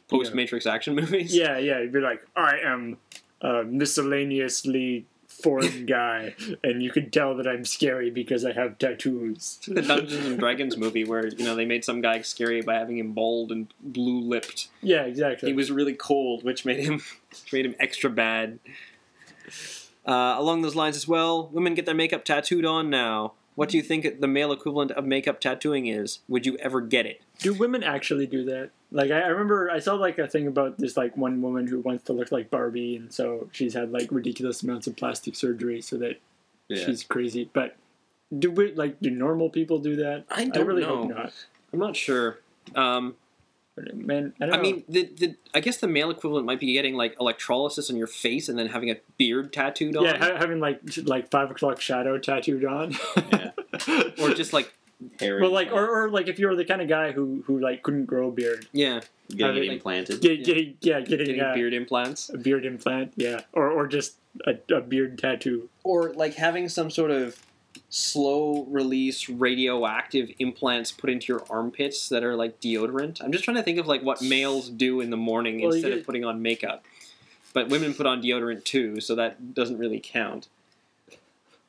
Post Matrix action movies. Yeah, yeah, you'd be like, I am a miscellaneously foreign guy, and you can tell that I'm scary because I have tattoos. The Dungeons and Dragons movie where you know they made some guy scary by having him bald and blue lipped. yeah, exactly. He was really cold, which made him made him extra bad. Uh, along those lines as well, women get their makeup tattooed on now. What do you think the male equivalent of makeup tattooing is? Would you ever get it? Do women actually do that? Like I, I remember I saw like a thing about this like one woman who wants to look like Barbie and so she's had like ridiculous amounts of plastic surgery so that she's crazy. But do we like do normal people do that? I don't really know. hope not. I'm not sure. Um, But, man, I don't I know. mean, the, the I guess the male equivalent might be getting like electrolysis on your face and then having a beard tattooed on, yeah, ha- having like sh- like five o'clock shadow tattooed on, Yeah. or just like Hair well, like or, or like if you're the kind of guy who who like couldn't grow a beard, yeah, getting like- it implanted. get, getting yeah getting, getting uh, beard implants, a beard implant, yeah, or or just a, a beard tattoo. or like having some sort of slow release radioactive implants put into your armpits that are like deodorant. I'm just trying to think of like what males do in the morning Well, you instead of get- putting on makeup. But women put on deodorant too, so that doesn't really count.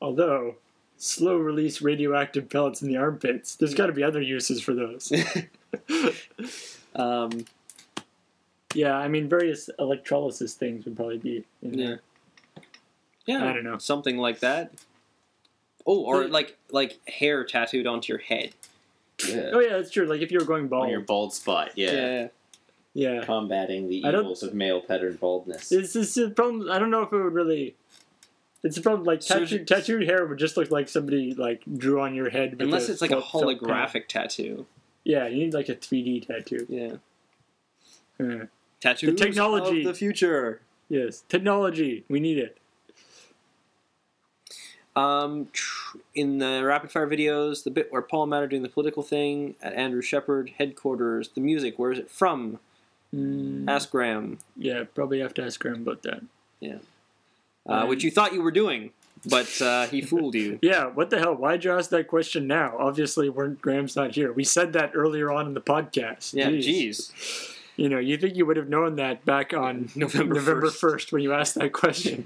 Although, slow release radioactive pellets in the armpits, there's got to be other uses for those. um, yeah, I mean, various electrolysis things would probably be in Yeah. there. Yeah, I don't know. something like that. Oh, or But- like like hair tattooed onto your head. Yeah. Oh, yeah, that's true. Like if you were going On bald. your bald spot, yeah. Yeah. Combating the I don't- evils of male pattern baldness. It's, it's a problem. I don't know if it would really. It's a problem. Like Surgery- tattooed, tattooed hair would just look like somebody like drew on your head. With unless it's like a felt- felt pen. holographic tattoo. Yeah, you need like a 3D tattoo. Yeah, Hmm. Yeah. tattoo technology. of the future. Yes, technology. We need it. Um, tr- in the rapid fire videos, the bit where Paul Matter doing the political thing at Andrew Shepard headquarters, the music. Where is it from? Mm, Ask Graham, yeah, probably have to ask Graham about that. uh, which you thought you were doing, but uh, he fooled you. Yeah, what the hell? Why'd you ask that question now? Obviously, we're, Graham's not here. We said that earlier on in the podcast. Yeah, Jeez. jeez. You know, you think you would have known that back on November November 1st. 1st when you asked that question.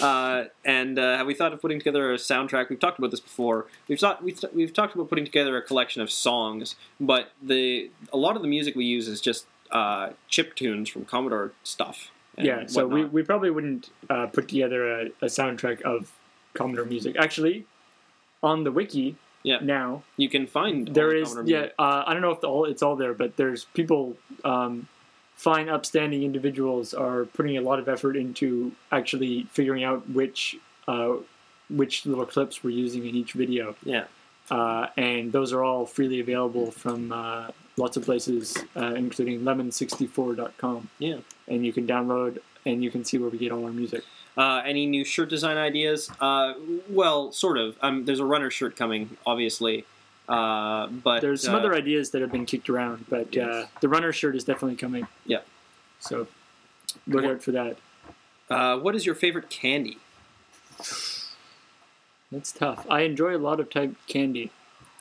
Uh, and uh, have we thought of putting together a soundtrack? We've talked about this before. We've thought we've, we've talked about putting together a collection of songs, but the a lot of the music we use is just uh, chip tunes from Commodore stuff. and yeah, so we, whatnot. we probably wouldn't uh, put together a, a soundtrack of Commodore music. Actually, on the wiki Yeah. now, you can find all there the is, Commodore yeah, music. uh, I don't know if the, all it's all there, but there's people, um, fine, upstanding individuals are putting a lot of effort into actually figuring out which, uh, which little clips we're using in each video. Yeah. Uh, and those are all freely available from uh, lots of places, uh, including lemon64.com. Yeah. And you can download and you can see where we get all our music. Uh, any new shirt design ideas? Uh, well, sort of. Um, there's a runner shirt coming, obviously. Uh, but There's some uh, other ideas that have been kicked around, but uh, Yes. the runner shirt is definitely coming. Yeah. So look Cool. out for that. Uh, what is your favorite candy? That's tough. I enjoy a lot of type candy.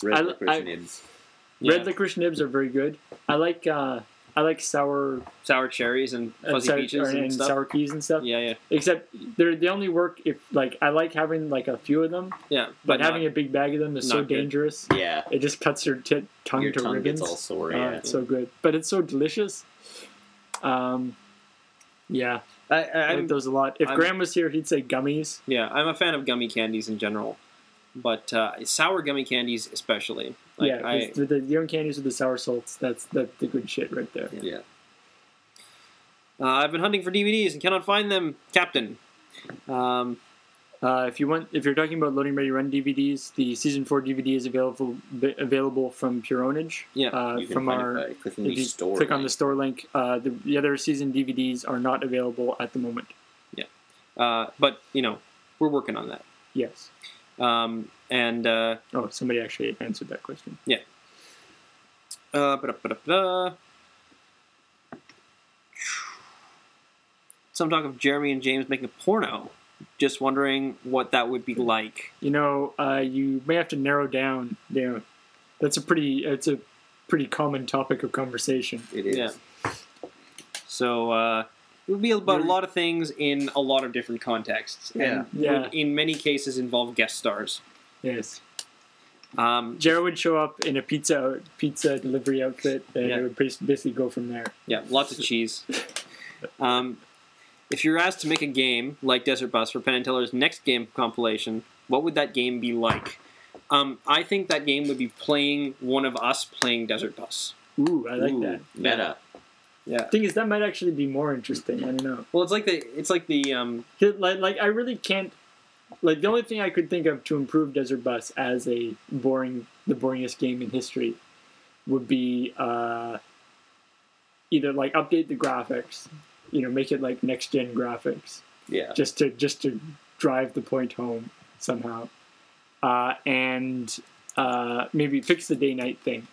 Red I- licorice I- nibs. Yeah. Red licorice nibs are very good. I like uh, I like sour, sour cherries and uh, fuzzy sour peaches and, and stuff. sour peas and stuff. yeah, yeah, Except they're they only work if like I like having like a few of them, yeah. but, not- having a big bag of them is so not good. dangerous. Yeah, It just cuts your tit tongue your to tongue ribbons. gets all sore. Oh, Yeah. it's so good, but it's so delicious. Um, yeah, I, I I, like I'm, those a lot. If I'm- Graham was here, he'd say gummies. yeah, I'm a fan of gummy candies in general, but uh, sour gummy candies especially. Like, yeah, I, with the young candies with the sour salts. That's that's the good shit right there. yeah. uh, I've been hunting for DVDs and cannot find them, Captain. Um, Uh, if you want, if you're talking about Loading Ready Run DVDs, the season four DVD is available b- available from Puronage. Yeah, uh, you can from find it our. by clicking if the you store. click on the link. store link, uh, the, the other season DVDs are not available at the moment. uh, but you know, we're working on that. Yes. Um, and uh, Oh, somebody actually answered that question. Uh, ba-da-ba-da-ba. Some talk of Jeremy and James making a porno. Just wondering what that would be like. You know, uh, you may have to narrow down. You know, that's a pretty. It's a pretty common topic of conversation. It is. Yeah. So uh, it would be about a lot of things in a lot of different contexts, Yeah. and Yeah. would in many cases involve guest stars. Yes. Um, Jared would show up in a pizza pizza delivery outfit, and Yeah. it would bas- basically go from there. yeah, lots of cheese. Um, if you're asked to make a game like Desert Bus for Penn and Teller's next game compilation, what would that game be like? Um, I think that game would be playing one of us playing Desert Bus. Ooh, I like Ooh, that. Meta. Yeah. Thing is, that might actually be more interesting. I don't know. Well, it's like the it's like the um, Here, Like, like I really can't. Like the only thing I could think of to improve Desert Bus as a boring, the boringest game in history, would be uh, either like update the graphics, you know, make it like next gen graphics, Yeah. just to just to drive the point home somehow, uh, and uh, maybe fix the day night thing.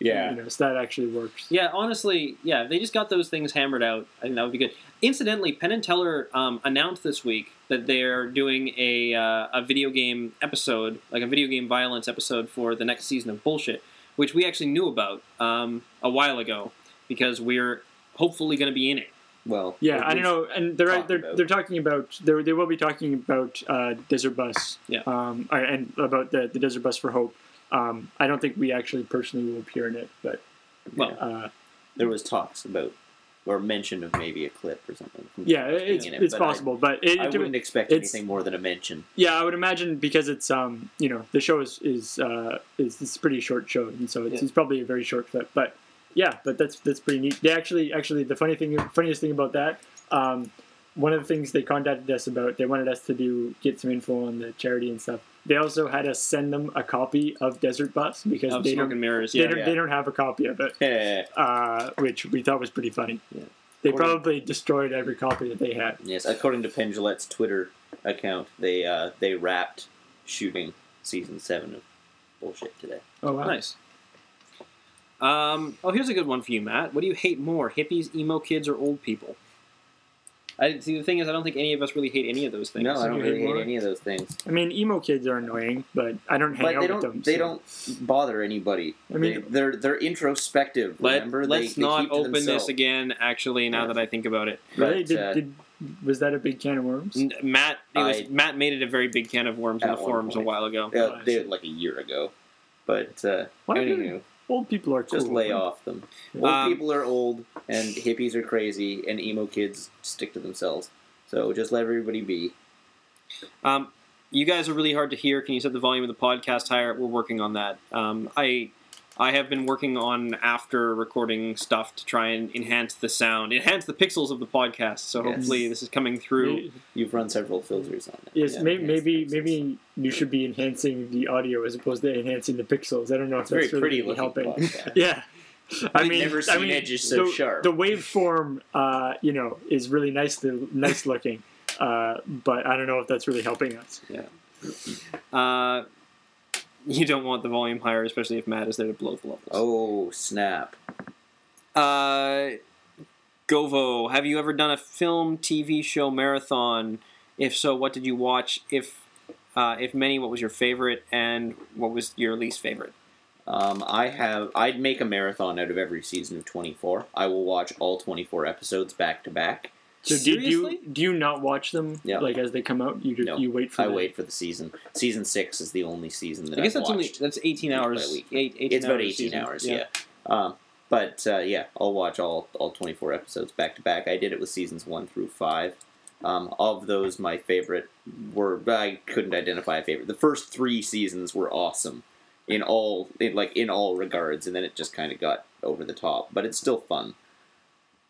Yeah. you know, so that actually works. yeah. Honestly, yeah. If they just got those things hammered out, I think that would be good. Incidentally, Penn and Teller um, announced this week that they're doing a uh, a video game episode, like a video game violence episode for the next season of Bullshit, which we actually knew about um, a while ago because we're hopefully going to be in it. Well. Yeah, at I don't least- know, and they're talk they're, about. they're talking about they they will be talking about uh, Desert Bus, Yeah. um, uh, and about the the Desert Bus for Hope. Um, I don't think we actually personally will appear in it, but Well, uh, There was talks about or mention of maybe a clip or something. from yeah, being it's in it, it's but I- possible, but it, I it- wouldn't expect it's- anything more than a mention. yeah, I would imagine because it's um you know the show is is uh, is it's a pretty short show, and so it's, Yeah. it's probably a very short clip, but yeah, but that's that's pretty neat. They actually actually the funny thing funniest thing about that. Um, one of the things they contacted us about, they wanted us to do get some info on the charity and stuff. They also had us send them a copy of Desert Bus because of they Smoke don't, and Mirrors. they, Oh, Yeah, don't they don't have a copy of it, Yeah. uh, which we thought was pretty funny. Yeah. They Or- probably destroyed every copy that they had. Yes, according to Penn Jillette's Twitter account, they uh, they wrapped shooting season seven of bullshit today. Oh wow! nice. Um, oh, here's a good one for you, Matt. What do you hate more, hippies, emo kids, or old people? I see. The thing is, I don't think any of us really hate any of those things. No, I You don't hate really hate more? any of those things. I mean, emo kids are annoying, but I don't hang But out they with them. don't they so- don't bother anybody. I mean- they, they're they're introspective. Let, remember, They- let's they not keep to open themselves. this again. Actually, now Yeah. that I think about it, Really? But, did, uh, Mm, did, was that a big can of worms? N- Matt it was, I- Matt made it a very big can of worms in At the one forums a point. while ago. Yeah, they like a year ago. But uh, Why do- anywho, Old people are cool. just lay off them. Old Um, people are old, and hippies are crazy, and emo kids stick to themselves. So just let everybody be. Um, you guys are really hard to hear. Can you set the volume of the podcast higher? We're working on that. Um, I I have been working on after recording stuff to try and enhance the sound, enhance the pixels of the podcast. So Yes. hopefully this is coming through. May- You've run several filters on it. Yes, Yeah, may- yes, maybe yes, yes. maybe you should be enhancing the audio as opposed to enhancing the pixels. I don't know It's if very that's really pretty looking. helping. podcast. Yeah, I I've mean, never I seen mean, edges so the, sharp. The waveform, uh, you know, is really nicely nice looking, uh, but I don't know if that's really helping us. Uh, you don't want the volume higher, especially if Matt is there to blow the levels. Oh snap! Uh, Govo, have you ever done a film, TV show marathon? If so, what did you watch? If uh, if many, what was your favorite, and what was your least favorite? Um, I have. I'd make a marathon out of every season of Twenty Four. I will watch all twenty four episodes back to back. So do you Seriously? do you not watch them Yeah. like as they come out? You do, No, you wait for I them? wait for the season. Season six is the only season that I guess have that's only watched. that's eighteen Week by hours. week. Eight, 18 it's about hours a eighteen season. hours. Yeah. Um, but uh, yeah, I'll watch all all twenty four episodes back to back. I did it with seasons one through five. Um, of those, my favorite were I couldn't identify a favorite. The first three seasons were awesome in all in like in all regards, and then it just kind of got over the top. But it's still fun.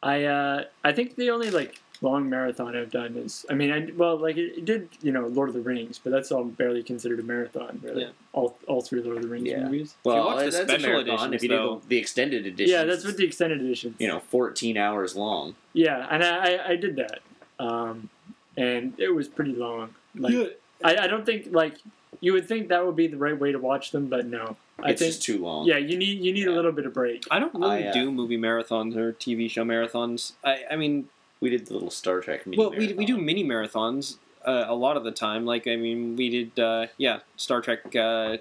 I uh, I think the only like long marathon I've done is I mean I well like it, it did you know Lord of the Rings but that's all barely considered a marathon really Yeah. all all three Lord of the Rings Yeah. movies you Well, watch the that's a special marathon. editions, if you though- did the, the extended edition, yeah that's what the extended edition you know, fourteen hours long. yeah and I I, I did that um, and it was pretty long like I, I don't think like You would think that would be the right way to watch them, but no. I it's think just too long. yeah, you need you need a Yeah. little bit of break. I don't really I, uh, do movie marathons or TV show marathons. I, I mean, we did the little Star Trek. Mini well, we, we do marathon. mini marathons uh, a lot of the time. Like, I mean, we did, uh, yeah, Star Trek uh,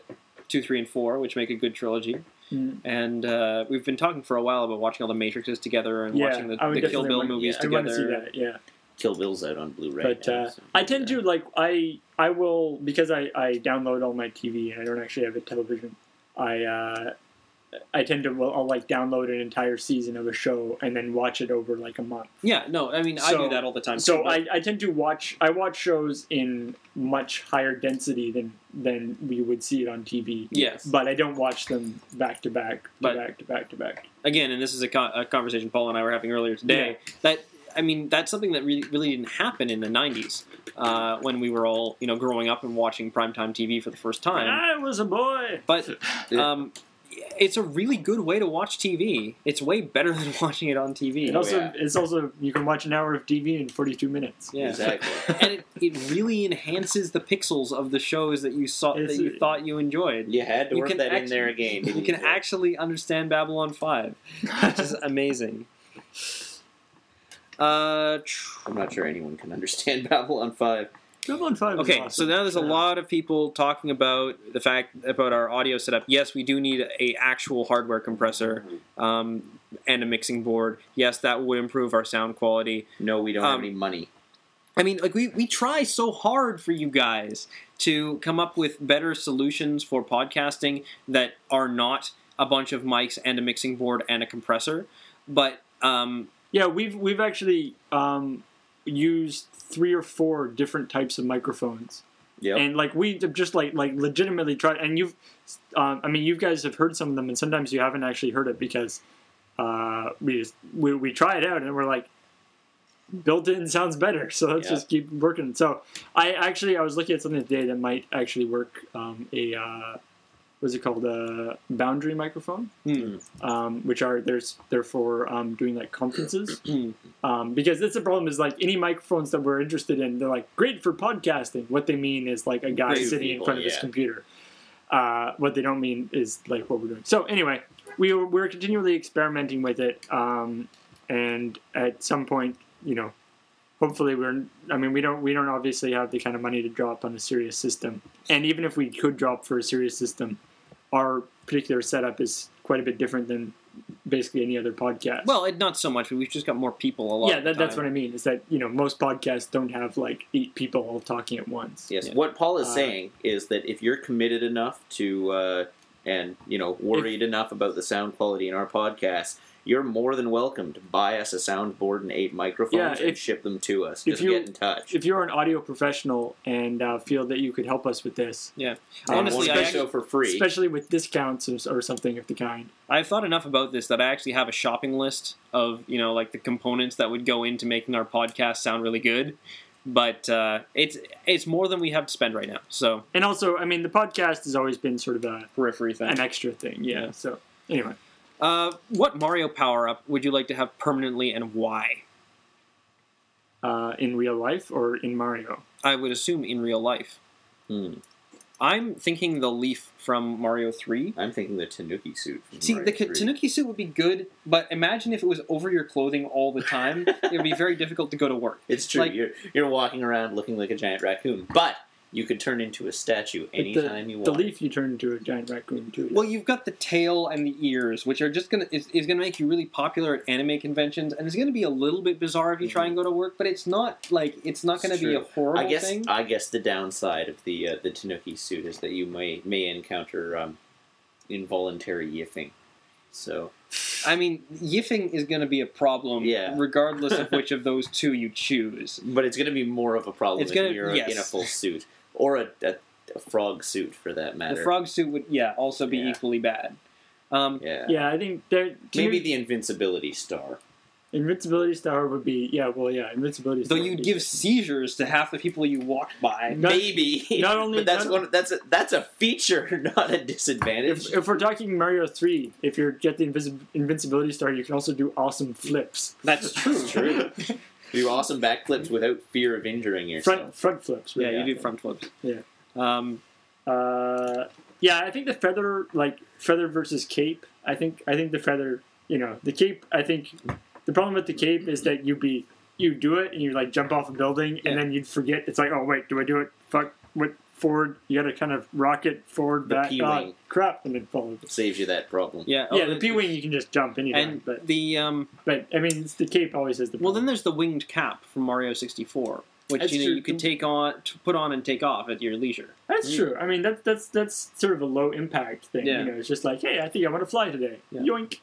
2, 3, and 4, which make a good trilogy. Mm. And uh, we've been talking for a while about watching all the Matrixes together and Yeah, watching the, I would the Kill definitely Bill want- movies I want to see together. that. Yeah. Kill Bill's out on Blu-ray. But, now, uh, so- I tend to like I I will because I I download all my TV and I don't actually have a television. I uh, I tend to well, I'll like download an entire season of a show and then watch it over like a month. Yeah, no, I mean, I So- do that all the time. So too, I, I tend to watch I watch shows in much higher density than than we would see it on TV. Yes. But I don't watch them back to back, to But- back to back to back. again, and this is a, con- a conversation Paul and I were having earlier today. That I mean, that's something that really, really didn't happen in the '90s uh, when we were all you know growing up and watching primetime TV for the first time. I was a boy. But um, it's a really good way to watch TV. It's way better than watching it on TV. It also yeah. it's also you can watch an hour of TV in forty two minutes. yeah. exactly. and it, it really enhances the pixels of the shows that you saw It's- that you thought you enjoyed. You had to You work can that in act- there again. You didn't can actually understand Babylon Five, which is amazing. Uh, tr- I'm not sure anyone can understand Babylon Five. Babylon Five. is Okay, so awesome. now there's a Yeah. lot of people talking about the fact about our audio setup. Yes, we do need a actual hardware compressor Mm-hmm. um, and a mixing board. Yes, that would improve our sound quality. No, we don't have Um, any money. I mean, like we we try so hard for you guys to come up with better solutions for podcasting that are not a bunch of mics and a mixing board and a compressor, but. Um, Yeah, we've we've actually um, used three or four different types of microphones, Yep. and like we just like like legitimately tried. And you've, um, I mean, you guys have heard some of them, and sometimes you haven't actually heard it because uh, we just we we try it out, and we're like, built in sounds better, so let's Yeah. just keep working. So I actually I was looking at something today that might actually work. Um, a uh, what's it called? A boundary microphone hmm, um, which are there's they're for um, doing like conferences Hmm. um, because that's the problem is like any microphones that we're interested in they're like great for podcasting what they mean is like a guy Great sitting in people, front of his yeah. computer uh, what they don't mean is like what we're doing so anyway we were, we are continually experimenting with it um, and at some point you know hopefully we're i mean we don't we don't obviously have the kind of money to drop on a serious system and even if we could drop for a serious system our particular setup is quite a bit different than basically any other podcast Well, it, not so much. But we've just got more people. A lot. yeah of the that, that's time. what i mean is that you know most podcasts don't have like eight people all talking at once Yes. Yeah. What Paul is Uh, saying is that if you're committed enough to uh, and you know worried enough about the sound quality in our podcast, you're more than welcome to buy us a soundboard and eight microphones Yeah, and if- ship them to us. if Just you- get in touch. if you're an audio professional and uh, feel that you could help us with this um, And Honestly, one I per show for free. especially with discounts or, or something of the kind I've thought enough about this that I actually have a shopping list of you know like the components that would go into making our podcast sound really good, but uh, it's it's more than we have to spend right now. So and also i mean the podcast has always been sort of a, periphery thing. an extra thing yeah Yeah. so anyway Uh, what Mario power up would you like to have permanently and why? uh, in real life or in mario I would assume in real life. Hmm. I'm thinking the leaf from Mario Three. I'm thinking the Tanuki suit. From See, Mario the three. Tanuki suit would be good, but imagine if it was over your clothing all the time. it would be very difficult to go to work. It's true. like- you're you're walking around looking like a giant raccoon, but you could turn into a statue the- anytime you want. the leaf you turn into a giant raccoon too Well, you've got the tail and the ears, which are just gonna is, is gonna make you really popular at anime conventions, and it's gonna be a little bit bizarre if you try and go to work, but it's not like it's not Mm-hmm. It's gonna be true. a horrible I guess thing. I guess the downside of the uh, the Tanuki suit is that you may may encounter um, involuntary yiffing. So I mean, yiffing is gonna be a problem, Yeah. regardless of which of those two you choose. But it's going to be more of a problem It's if gonna- you're yes. in a full suit or a, a, a frog suit for that matter. The frog suit would yeah also be Yeah. equally bad. Um, yeah. yeah i think there Maybe the invincibility star. invincibility star would be yeah well yeah invincibility star Though would you'd be- give seizures to half the people you walked by. Not- Maybe. not only- but that's not- one. That's a, that's a feature, not a disadvantage. if, if we're talking Mario 3, if you get the invis- invincibility star, you can also do awesome flips. That's true. It's true. Do awesome backflips without fear of injuring yourself. Front front flips. Yeah, Really. you do front flips. Yeah. Um, Uh, yeah, I think the feather, like feather versus cape. I think I think the feather. You know, the cape. I think the problem with the cape is that you be you do it and you like jump off a building and Yeah. then you'd forget. It's like, oh wait, do I do it? Fuck, what forward? You got to kind of rocket forward The back. Oh, P-wing. crap, and then forward. Saves you that problem. Yeah. yeah, oh, the P wing you can just jump anytime, And but the um, but I mean it's- the cape always has the. well, then problem. there's the winged cap from Mario 64, which That's you know true. you could take on, t- put on, and take off at your leisure. that's true. I mean that's that's that's sort of a low impact thing. Mm. Yeah. You know, it's just like, hey, I think I want to fly today. Yeah. Yoink,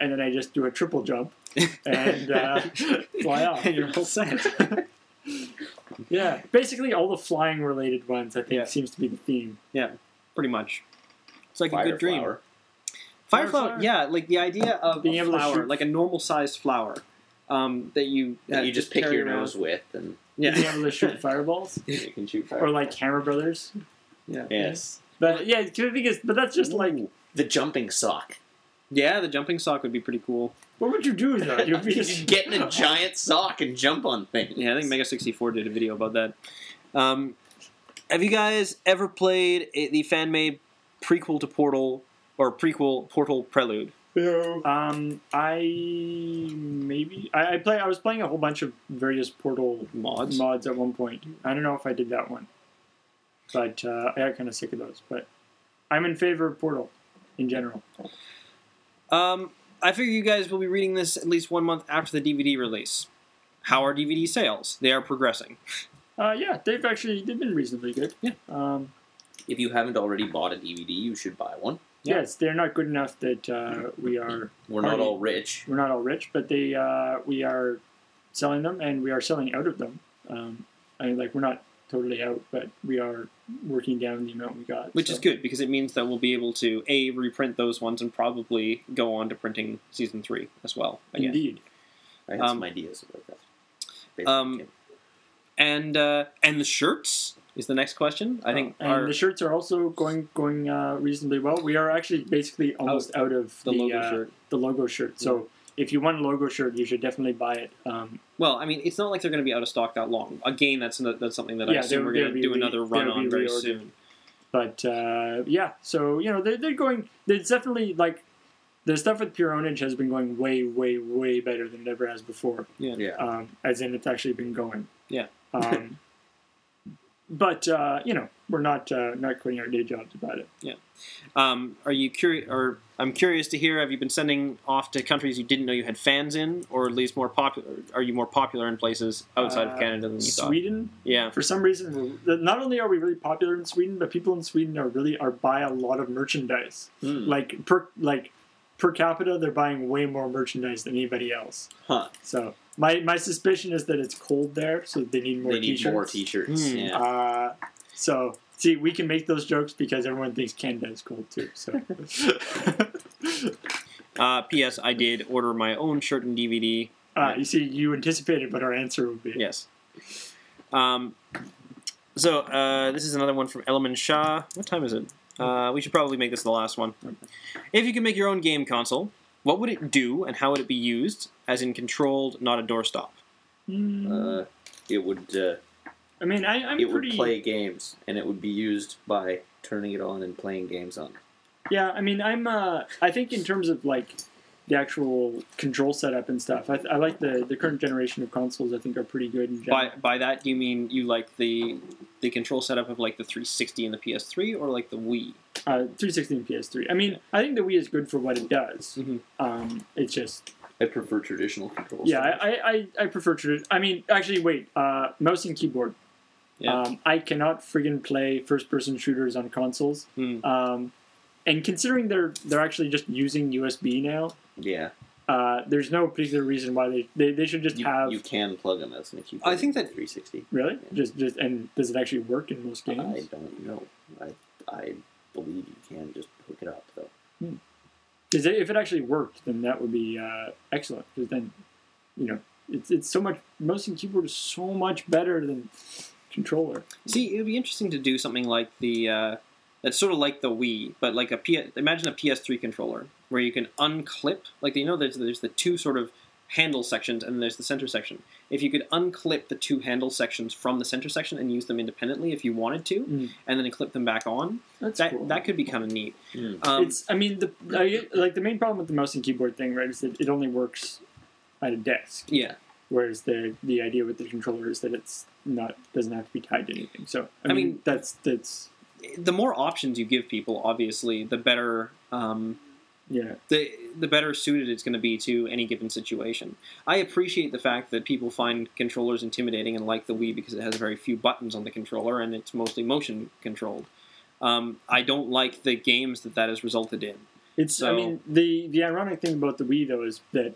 and then I just do a triple jump and uh, fly off. and you're all set. Yeah, basically all the flying related ones I think Yeah. seems to be the theme. Pretty much. It's like a Fire good dream. flower. Fireflower, Fireflower. yeah, like the idea of Being a able to flower, shoot- like a normal sized flower um, that you that uh, you just pick carry your around. nose with, and Being Yeah, able to shoot fireballs you can shoot fire. or like Hammer Brothers. yeah, yes, But yeah, 'cause the thing is, but that's just like, Ooh, the jumping sock. yeah. The jumping sock would be pretty cool. what would you do though? You'd be You just just get in a giant sock and jump on things. Yeah, I think Mega sixty four did a video about that. Um, have you guys ever played a, the fan made prequel to Portal or prequel Portal Prelude? Um, I maybe I, I play. I was playing a whole bunch of various Portal Mods. mods at one point. I don't know if I did that one, but uh, I got kind of sick of those. But I'm in favor of Portal in general. Um, I figure you guys will be reading this at least one month after the DVD release. How are DVD sales? They are progressing. Uh, yeah, they've actually they've been reasonably good. Yeah. Um, If you haven't already bought a DVD, you should buy one. Yeah. Yes, they're not good enough that uh, we are We're not Already. all rich. we're not all rich, but they uh, we are selling them and we are selling out of them. Um, I mean, like we're not totally out, but we are working down the amount we got, Which so. is good because it means that we'll be able to a reprint those ones and probably go on to printing season three as well again. Indeed. I had Um, some ideas about that. Basically, um, And uh, and the shirts is the next question. I think Uh, and our, the shirts are also going going uh, reasonably well. We are actually basically almost out of the, logo uh, shirt. The logo shirt. So if you want a logo shirt, you should definitely buy it. Um, Well, I mean, it's not like they're going to be out of stock that long. Again, that's no- that's something that I Yeah, assume they'll- we're going they'll to be do re- another run they'll be on very reordered. soon. but uh, yeah, so you know they're they're going. It's definitely like the stuff with Pure Onage has been going way way way better than it ever has before. yeah. uh, Um, as in, it's actually been going. Yeah. Um, but uh, you know we're not uh, not quitting our day jobs about it. Um, are you curious? Or I'm curious to hear. Have you been sending off to countries you didn't know you had fans in, or at least more popular? Are you more popular in places outside Uh, of Canada than you thought? Sweden. Yeah, for some reason we're- not only are we really popular in sweden but people in sweden are really are buy a lot of merchandise Hmm. like per like per capita they're buying way more merchandise than anybody else Huh. so my my suspicion is that it's cold there so they need more they need t-shirts more T-shirts. Hmm. Yeah. uh, so see we can make those jokes because everyone thinks canada is cold too so Uh, P.S. I did order my own shirt and DVD. uh, you see you anticipated what our answer would be Yes. Um, so uh, this is another one from Elman Shah. What time is it? Uh, we should probably make this the last one. If you could make your own game console, what would it do and how would it be used? As in controlled, not a doorstop. Hmm, Uh, it would uh, i mean I, i'm it would pretty play games, and it would be used by turning it on and playing games on. Yeah, I mean, I'm. Uh, I think in terms of like the actual control setup and stuff, I, I like the the current generation of consoles. I think are pretty good in general. By by that, do you mean you like the the control setup of like the 360 and the PS3, or like the Wii? Uh, 360 and PS3. I mean, I think the Wii is good for what it does. Mm-hmm. Mhm. Um, it's just I prefer traditional controls. yeah, I I, I, I prefer to. I mean, actually, wait. Uh, mouse and keyboard. Yeah. Um, I cannot friggin' play first person shooters on consoles. Hmm. Um, and considering they're they're actually just using USB now. yeah. Uh, there's no particular reason why they, they, they should just You, have you can plug a mouse in a keyboard. I think that- 360. Really? Just just and does it actually work in most I games? don't know. I I believe you can just hook it up though. Because if it actually worked, then that would be uh, excellent. Because then, you know, it's it's so much. Mouse and keyboard is so much better than controller. See, it would be interesting to do something like the uh, that's sort of like the Wii, but like a P- imagine a PS3 controller where you can unclip, like you know, there's there's the two sort of handle sections and there's the center section. If you could unclip the two handle sections from the center section and use them independently if you wanted to, Mm. and then clip them back on, That's that cool. that could be kind of neat. Mm. Um, it's. I mean, the I, like the main problem with the mouse and keyboard thing, right, is that it only works at a desk, yeah, whereas the the idea with the controller is that it's not doesn't have to be tied to anything. So I, I mean, mean- that's that's the more options you give people, obviously, the better. Um, yeah. the the better suited it's going to be to any given situation. I appreciate the fact that people find controllers intimidating and like the Wii because it has very few buttons on the controller and it's mostly motion controlled. Um, I don't like the games that that has resulted in. It's. I So- mean, the the ironic thing about the Wii though is that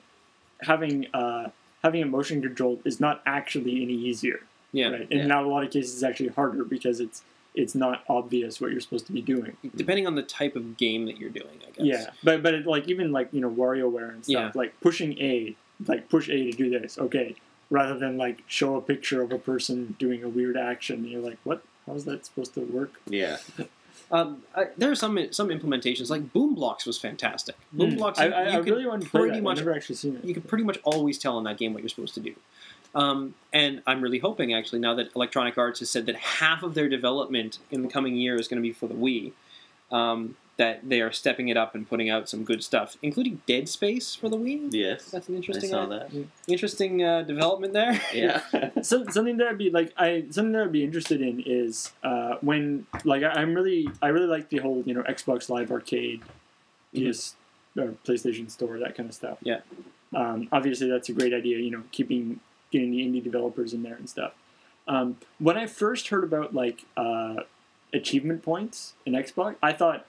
having uh having a motion control is not actually any easier. Yeah, right? And now a lot of cases, it's actually harder because it's it's not obvious what you're supposed to be doing. depending on the type of game that you're doing, I guess. Yeah, but but it, like even like you know WarioWare and stuff, Yeah. like pushing A, like push A to do this, okay, rather than like show a picture of a person doing a weird action, and you're like, what? How's that supposed to work? Yeah. Um, I, there are some some implementations like Boom Blocks was fantastic. Boom Blocks, Hmm. I, you, I, you I could really wanted to play pretty that. much- I've never actually seen it. you can pretty much always tell in that game what you're supposed to do. Um, and I'm really hoping, actually, now that Electronic Arts has said that half of their development in the coming year is going to be for the Wii, um, that they are stepping it up and putting out some good stuff, including Dead Space for the Wii. Yes. That's an I interesting, saw uh, that. interesting uh, development there. Yeah. So, something that I'd be like, I something that I'd be interested in is uh, when like I, I'm really I really like the whole you know Xbox Live Arcade, Mhm. PS or PlayStation Store that kind of stuff. Yeah. Um, obviously, that's a great idea. You know, keeping getting the indie developers in there and stuff. Um, when I first heard about like uh, achievement points in Xbox, I thought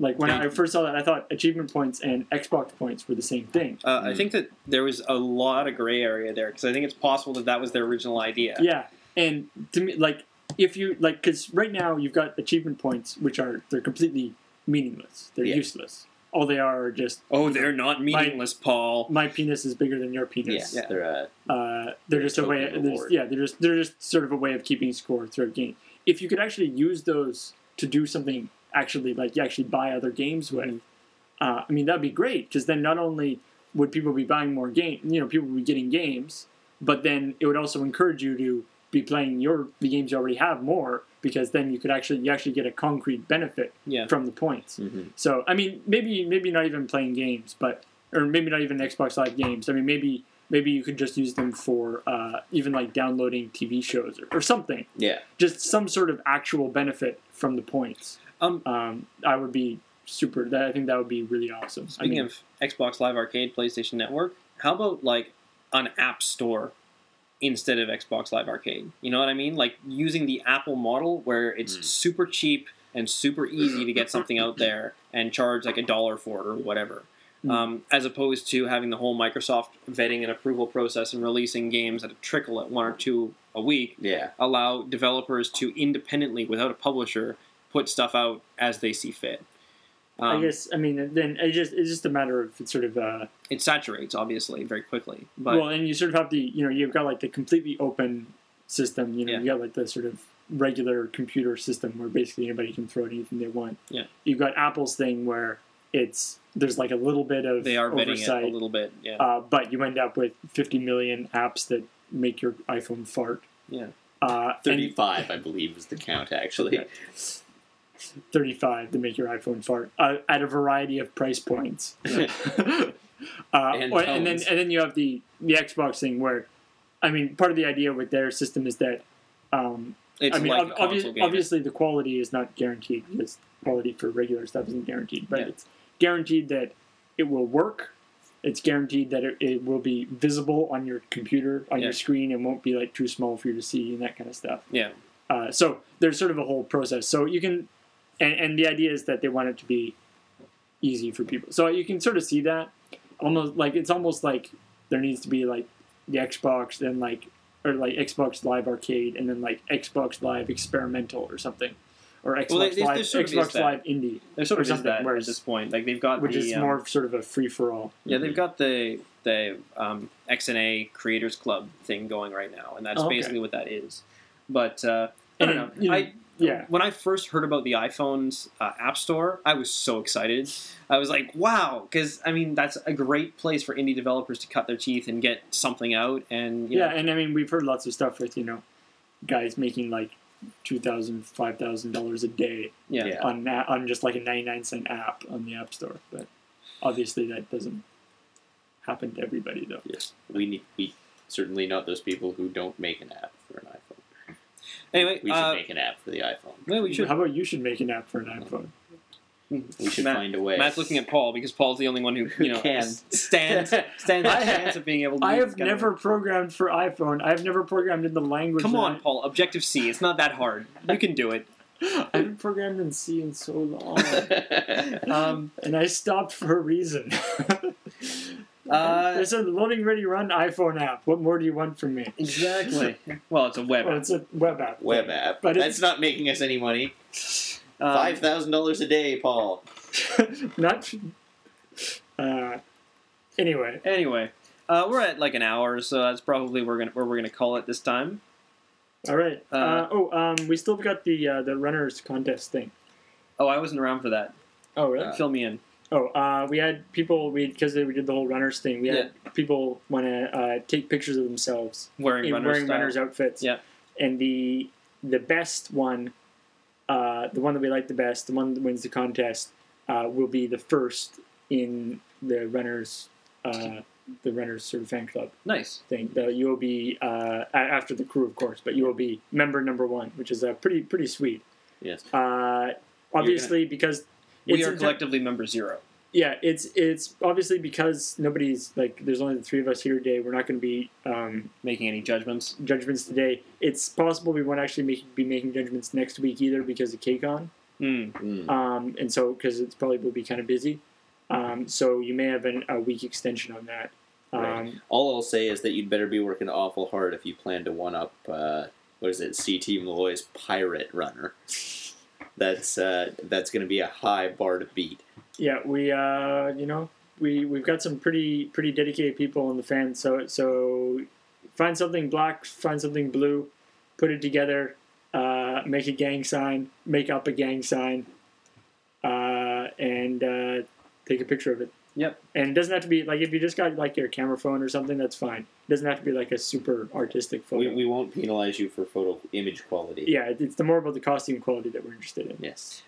like when I first saw that, I thought achievement points and Xbox points were the same thing. Uh, I Mm. think that there was a lot of gray area there because I think it's possible that that was their original idea. yeah and to me like if you like because right now you've got achievement points which are they're completely meaningless they're Yeah. useless all they are are just Oh, they're not meaningless, Paul. Mm. my penis is bigger than your penis Yeah. They're, uh, uh, they're just a Token way they're just, reward. yeah they're just they're just sort of a way of keeping score throughout game if you could actually use those to do something actually like you actually buy other games with uh, i mean that'd be great because then not only would people be buying more game you know people would be getting games but then it would also encourage you to be playing your the games you already have more because then you could actually you actually get a concrete benefit Yeah. from the points mhm. so I mean, maybe maybe not even playing games, but or maybe not even Xbox Live games. I mean, maybe maybe you could just use them for uh, even like downloading TV shows or, or something. Yeah. Just some sort of actual benefit from the points. Um, Um, I would be super. That I think that would be really awesome. I Speaking mean, of Xbox Live Arcade, PlayStation Network, how about like an app store instead of Xbox Live Arcade? You know what I mean? Like using the Apple model where it's Hmm. Mm. super cheap and super easy to get something out there and charge like a dollar for it or whatever. Mm. Um, as opposed to having the whole Microsoft vetting and approval process and releasing games at a trickle at one or two a week, Yeah. allow developers to independently, without a publisher, put stuff out as they see fit. I Um, guess I mean then it just it's just a matter of it's sort of uh, it saturates obviously very quickly but well, and you sort of have the you know you've got like the completely open system. You know, Yeah. you got like the sort of regular computer system where basically anybody can throw at anything they want. Yeah. you've got Apple's thing where it's there's like a little bit of they are betting it oversight, a little bit yeah uh, but you end up with 50 million apps that make your iPhone fart. Yeah. uh, and 35, I believe, was the count, actually. Okay. 35 to make your iPhone fart uh, at a variety of price points. uh, And or- and then tones. and then you have the the Xbox thing where, I mean, part of the idea with their system is that, um, it's I mean, like ob- a obvi- console game obviously the quality is not guaranteed because quality for regular stuff isn't guaranteed, but Yeah. it's guaranteed that it will work. It's guaranteed that it, it will be visible on your computer on Yeah. your screen and won't be like too small for you to see and that kind of stuff. yeah Uh, so there's sort of a whole process. So you can, and, and the idea is that they want it to be easy for people. So you can sort of see that almost like it's almost like there needs to be like the Xbox, then like or like Xbox Live Arcade, and then like Xbox Live Experimental or something, or Xbox Well, there- there Live sort of is Xbox that. Live Indie, there sort or of is something, that at whereas- this point like they've got which the, is um, more of sort of a free for all. yeah they've got the the um, xna creators club thing going right now and that's Oh, okay. basically what that is but uh, I And then, don't know. you know, I, Yeah. when I first heard about the iPhone's uh, App Store, I was so excited. I was like, wow, because I mean, that's a great place for indie developers to cut their teeth and get something out. And you Yeah, know, and I mean, we've heard lots of stuff with, you know, guys making like $2,000, $5,000 a day yeah, Yeah. on, na- on just like a 99 cent app on the App Store. But obviously, that doesn't happen to everybody, though. Yes, we need we certainly not those people who don't make an app for an iPhone. Anyway, we should uh, make an app for the iPhone. well, we should. How about you should make an app for an iPhone? We should Matt, find a way. Matt's looking at Paul because Paul's the only one who Who you know can. s- stands stands I ha- a chance of being able. to I do have this kind of never programmed for iPhone. I have never programmed in the language. Come that on, Paul. Objective C. It's not that hard. You can do it. I, I haven't programmed in C in so long. Um, and I stopped for a reason. uh, There's a loading ready run iPhone app. What more do you want from me? exactly. Well, it's a web. Well, app. it's a web app. Web app. But it's- That's not making us any money. Um, Five thousand dollars a day, Paul. Not. Uh, anyway, Anyway, uh, we're at like an hour, so that's probably we're gonna where we're gonna call it this time. all right. Uh, Uh, oh, um, we still got the uh, the runners contest thing. Oh, I wasn't around for that. Oh, really? Uh, Fill me in. oh, uh, we had people. We because we did the whole runners thing. We had people want to uh, take pictures of themselves Wearing in runners. wearing style. runners outfits. Yeah. And the the best one, uh, the one that we like the best, the one that wins the contest, uh, will be the first in the runners, uh, the runners sort of fan club Nice. thing. The UOB uh, a- after the crew, of course, but UOB member number one, which is uh, pretty pretty sweet. Yes. Uh, obviously, because We it's are a- collectively member zero. yeah, it's it's obviously because nobody's like there's only the three of us here today. We're not going to be um, Making any judgments? judgments today. It's possible we won't actually make, be making judgments next week either because of KCON, Hmm. Mm. um, and so because it's probably will be kind of busy. Um, so you may have an, a week extension on that. Um, Right. All I'll say is that you'd better be working awful hard if you plan to one up. Uh, what is it? CT Malloy's Pirate Runner. That's uh, that's going to be a high bar to beat. Yeah, we uh, you know we we've got some pretty pretty dedicated people in the fan. So so find something black, find something blue, put it together, uh, make a gang sign, make up a gang sign, uh, and uh, take a picture of it. Yep. And it doesn't have to be like if you just got like your camera phone or something, that's fine. It doesn't have to be like a super artistic photo. We, we won't penalize you for photo image quality. yeah, it- it's the more about the costume quality that we're interested in. Yes.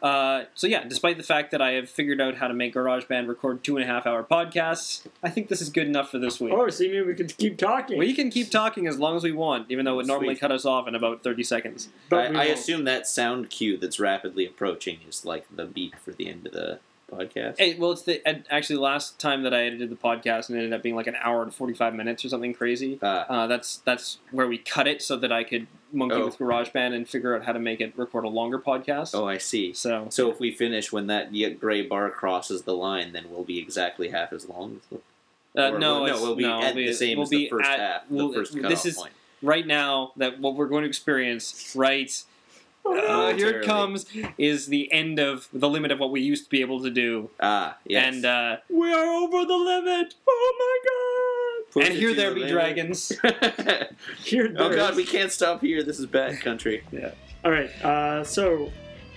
Uh, so yeah, despite the fact that I have figured out how to make GarageBand record two and a half hour podcasts, I think this is good enough for this week. Oh, so you mean we can keep talking? We can keep talking as long as we want, even though it would normally Sweet. cut us off in about thirty seconds. But we I, I won't. assume that sound cue that's rapidly approaching is like the beep for the end of the podcast. Eh. Hey, well, it's the and actually last time that I edited the podcast and it ended up being like an hour and forty five minutes or something crazy. Uh, Uh, that's that's where we cut it so that I could monkey Oh. with GarageBand and figure out how to make it record a longer podcast. oh, I see. So So if we finish when that ye- gray bar crosses the line, then we'll be exactly half as long. uh, Or- no, no, it's- we'll be at the same we'll as the be first at- half, the we'll- first cutoff this is point. right now that what we're going to experience right Oh, no. uh, here Momentarily. it comes is the end of the limit of what we used to be able to do, Ah, yes. and uh, We are over the limit. Oh my Push and it here to there the be limit. dragons. oh god! Here it is. God, we can't stop here. This is bad country. All right. Uh, so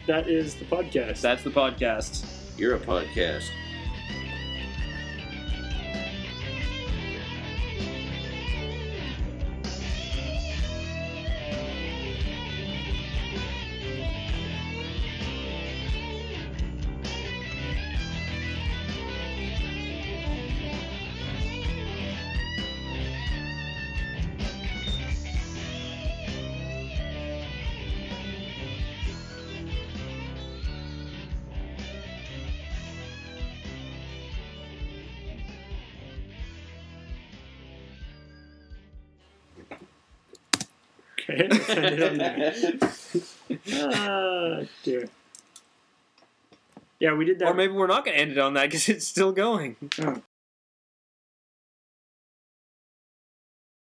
that is the podcast. That's the podcast. You're a podcast. okay. let's end it on there. Ah, dear. Yeah, we did that. Or maybe we're not going to end it on that because it's still going. Oh.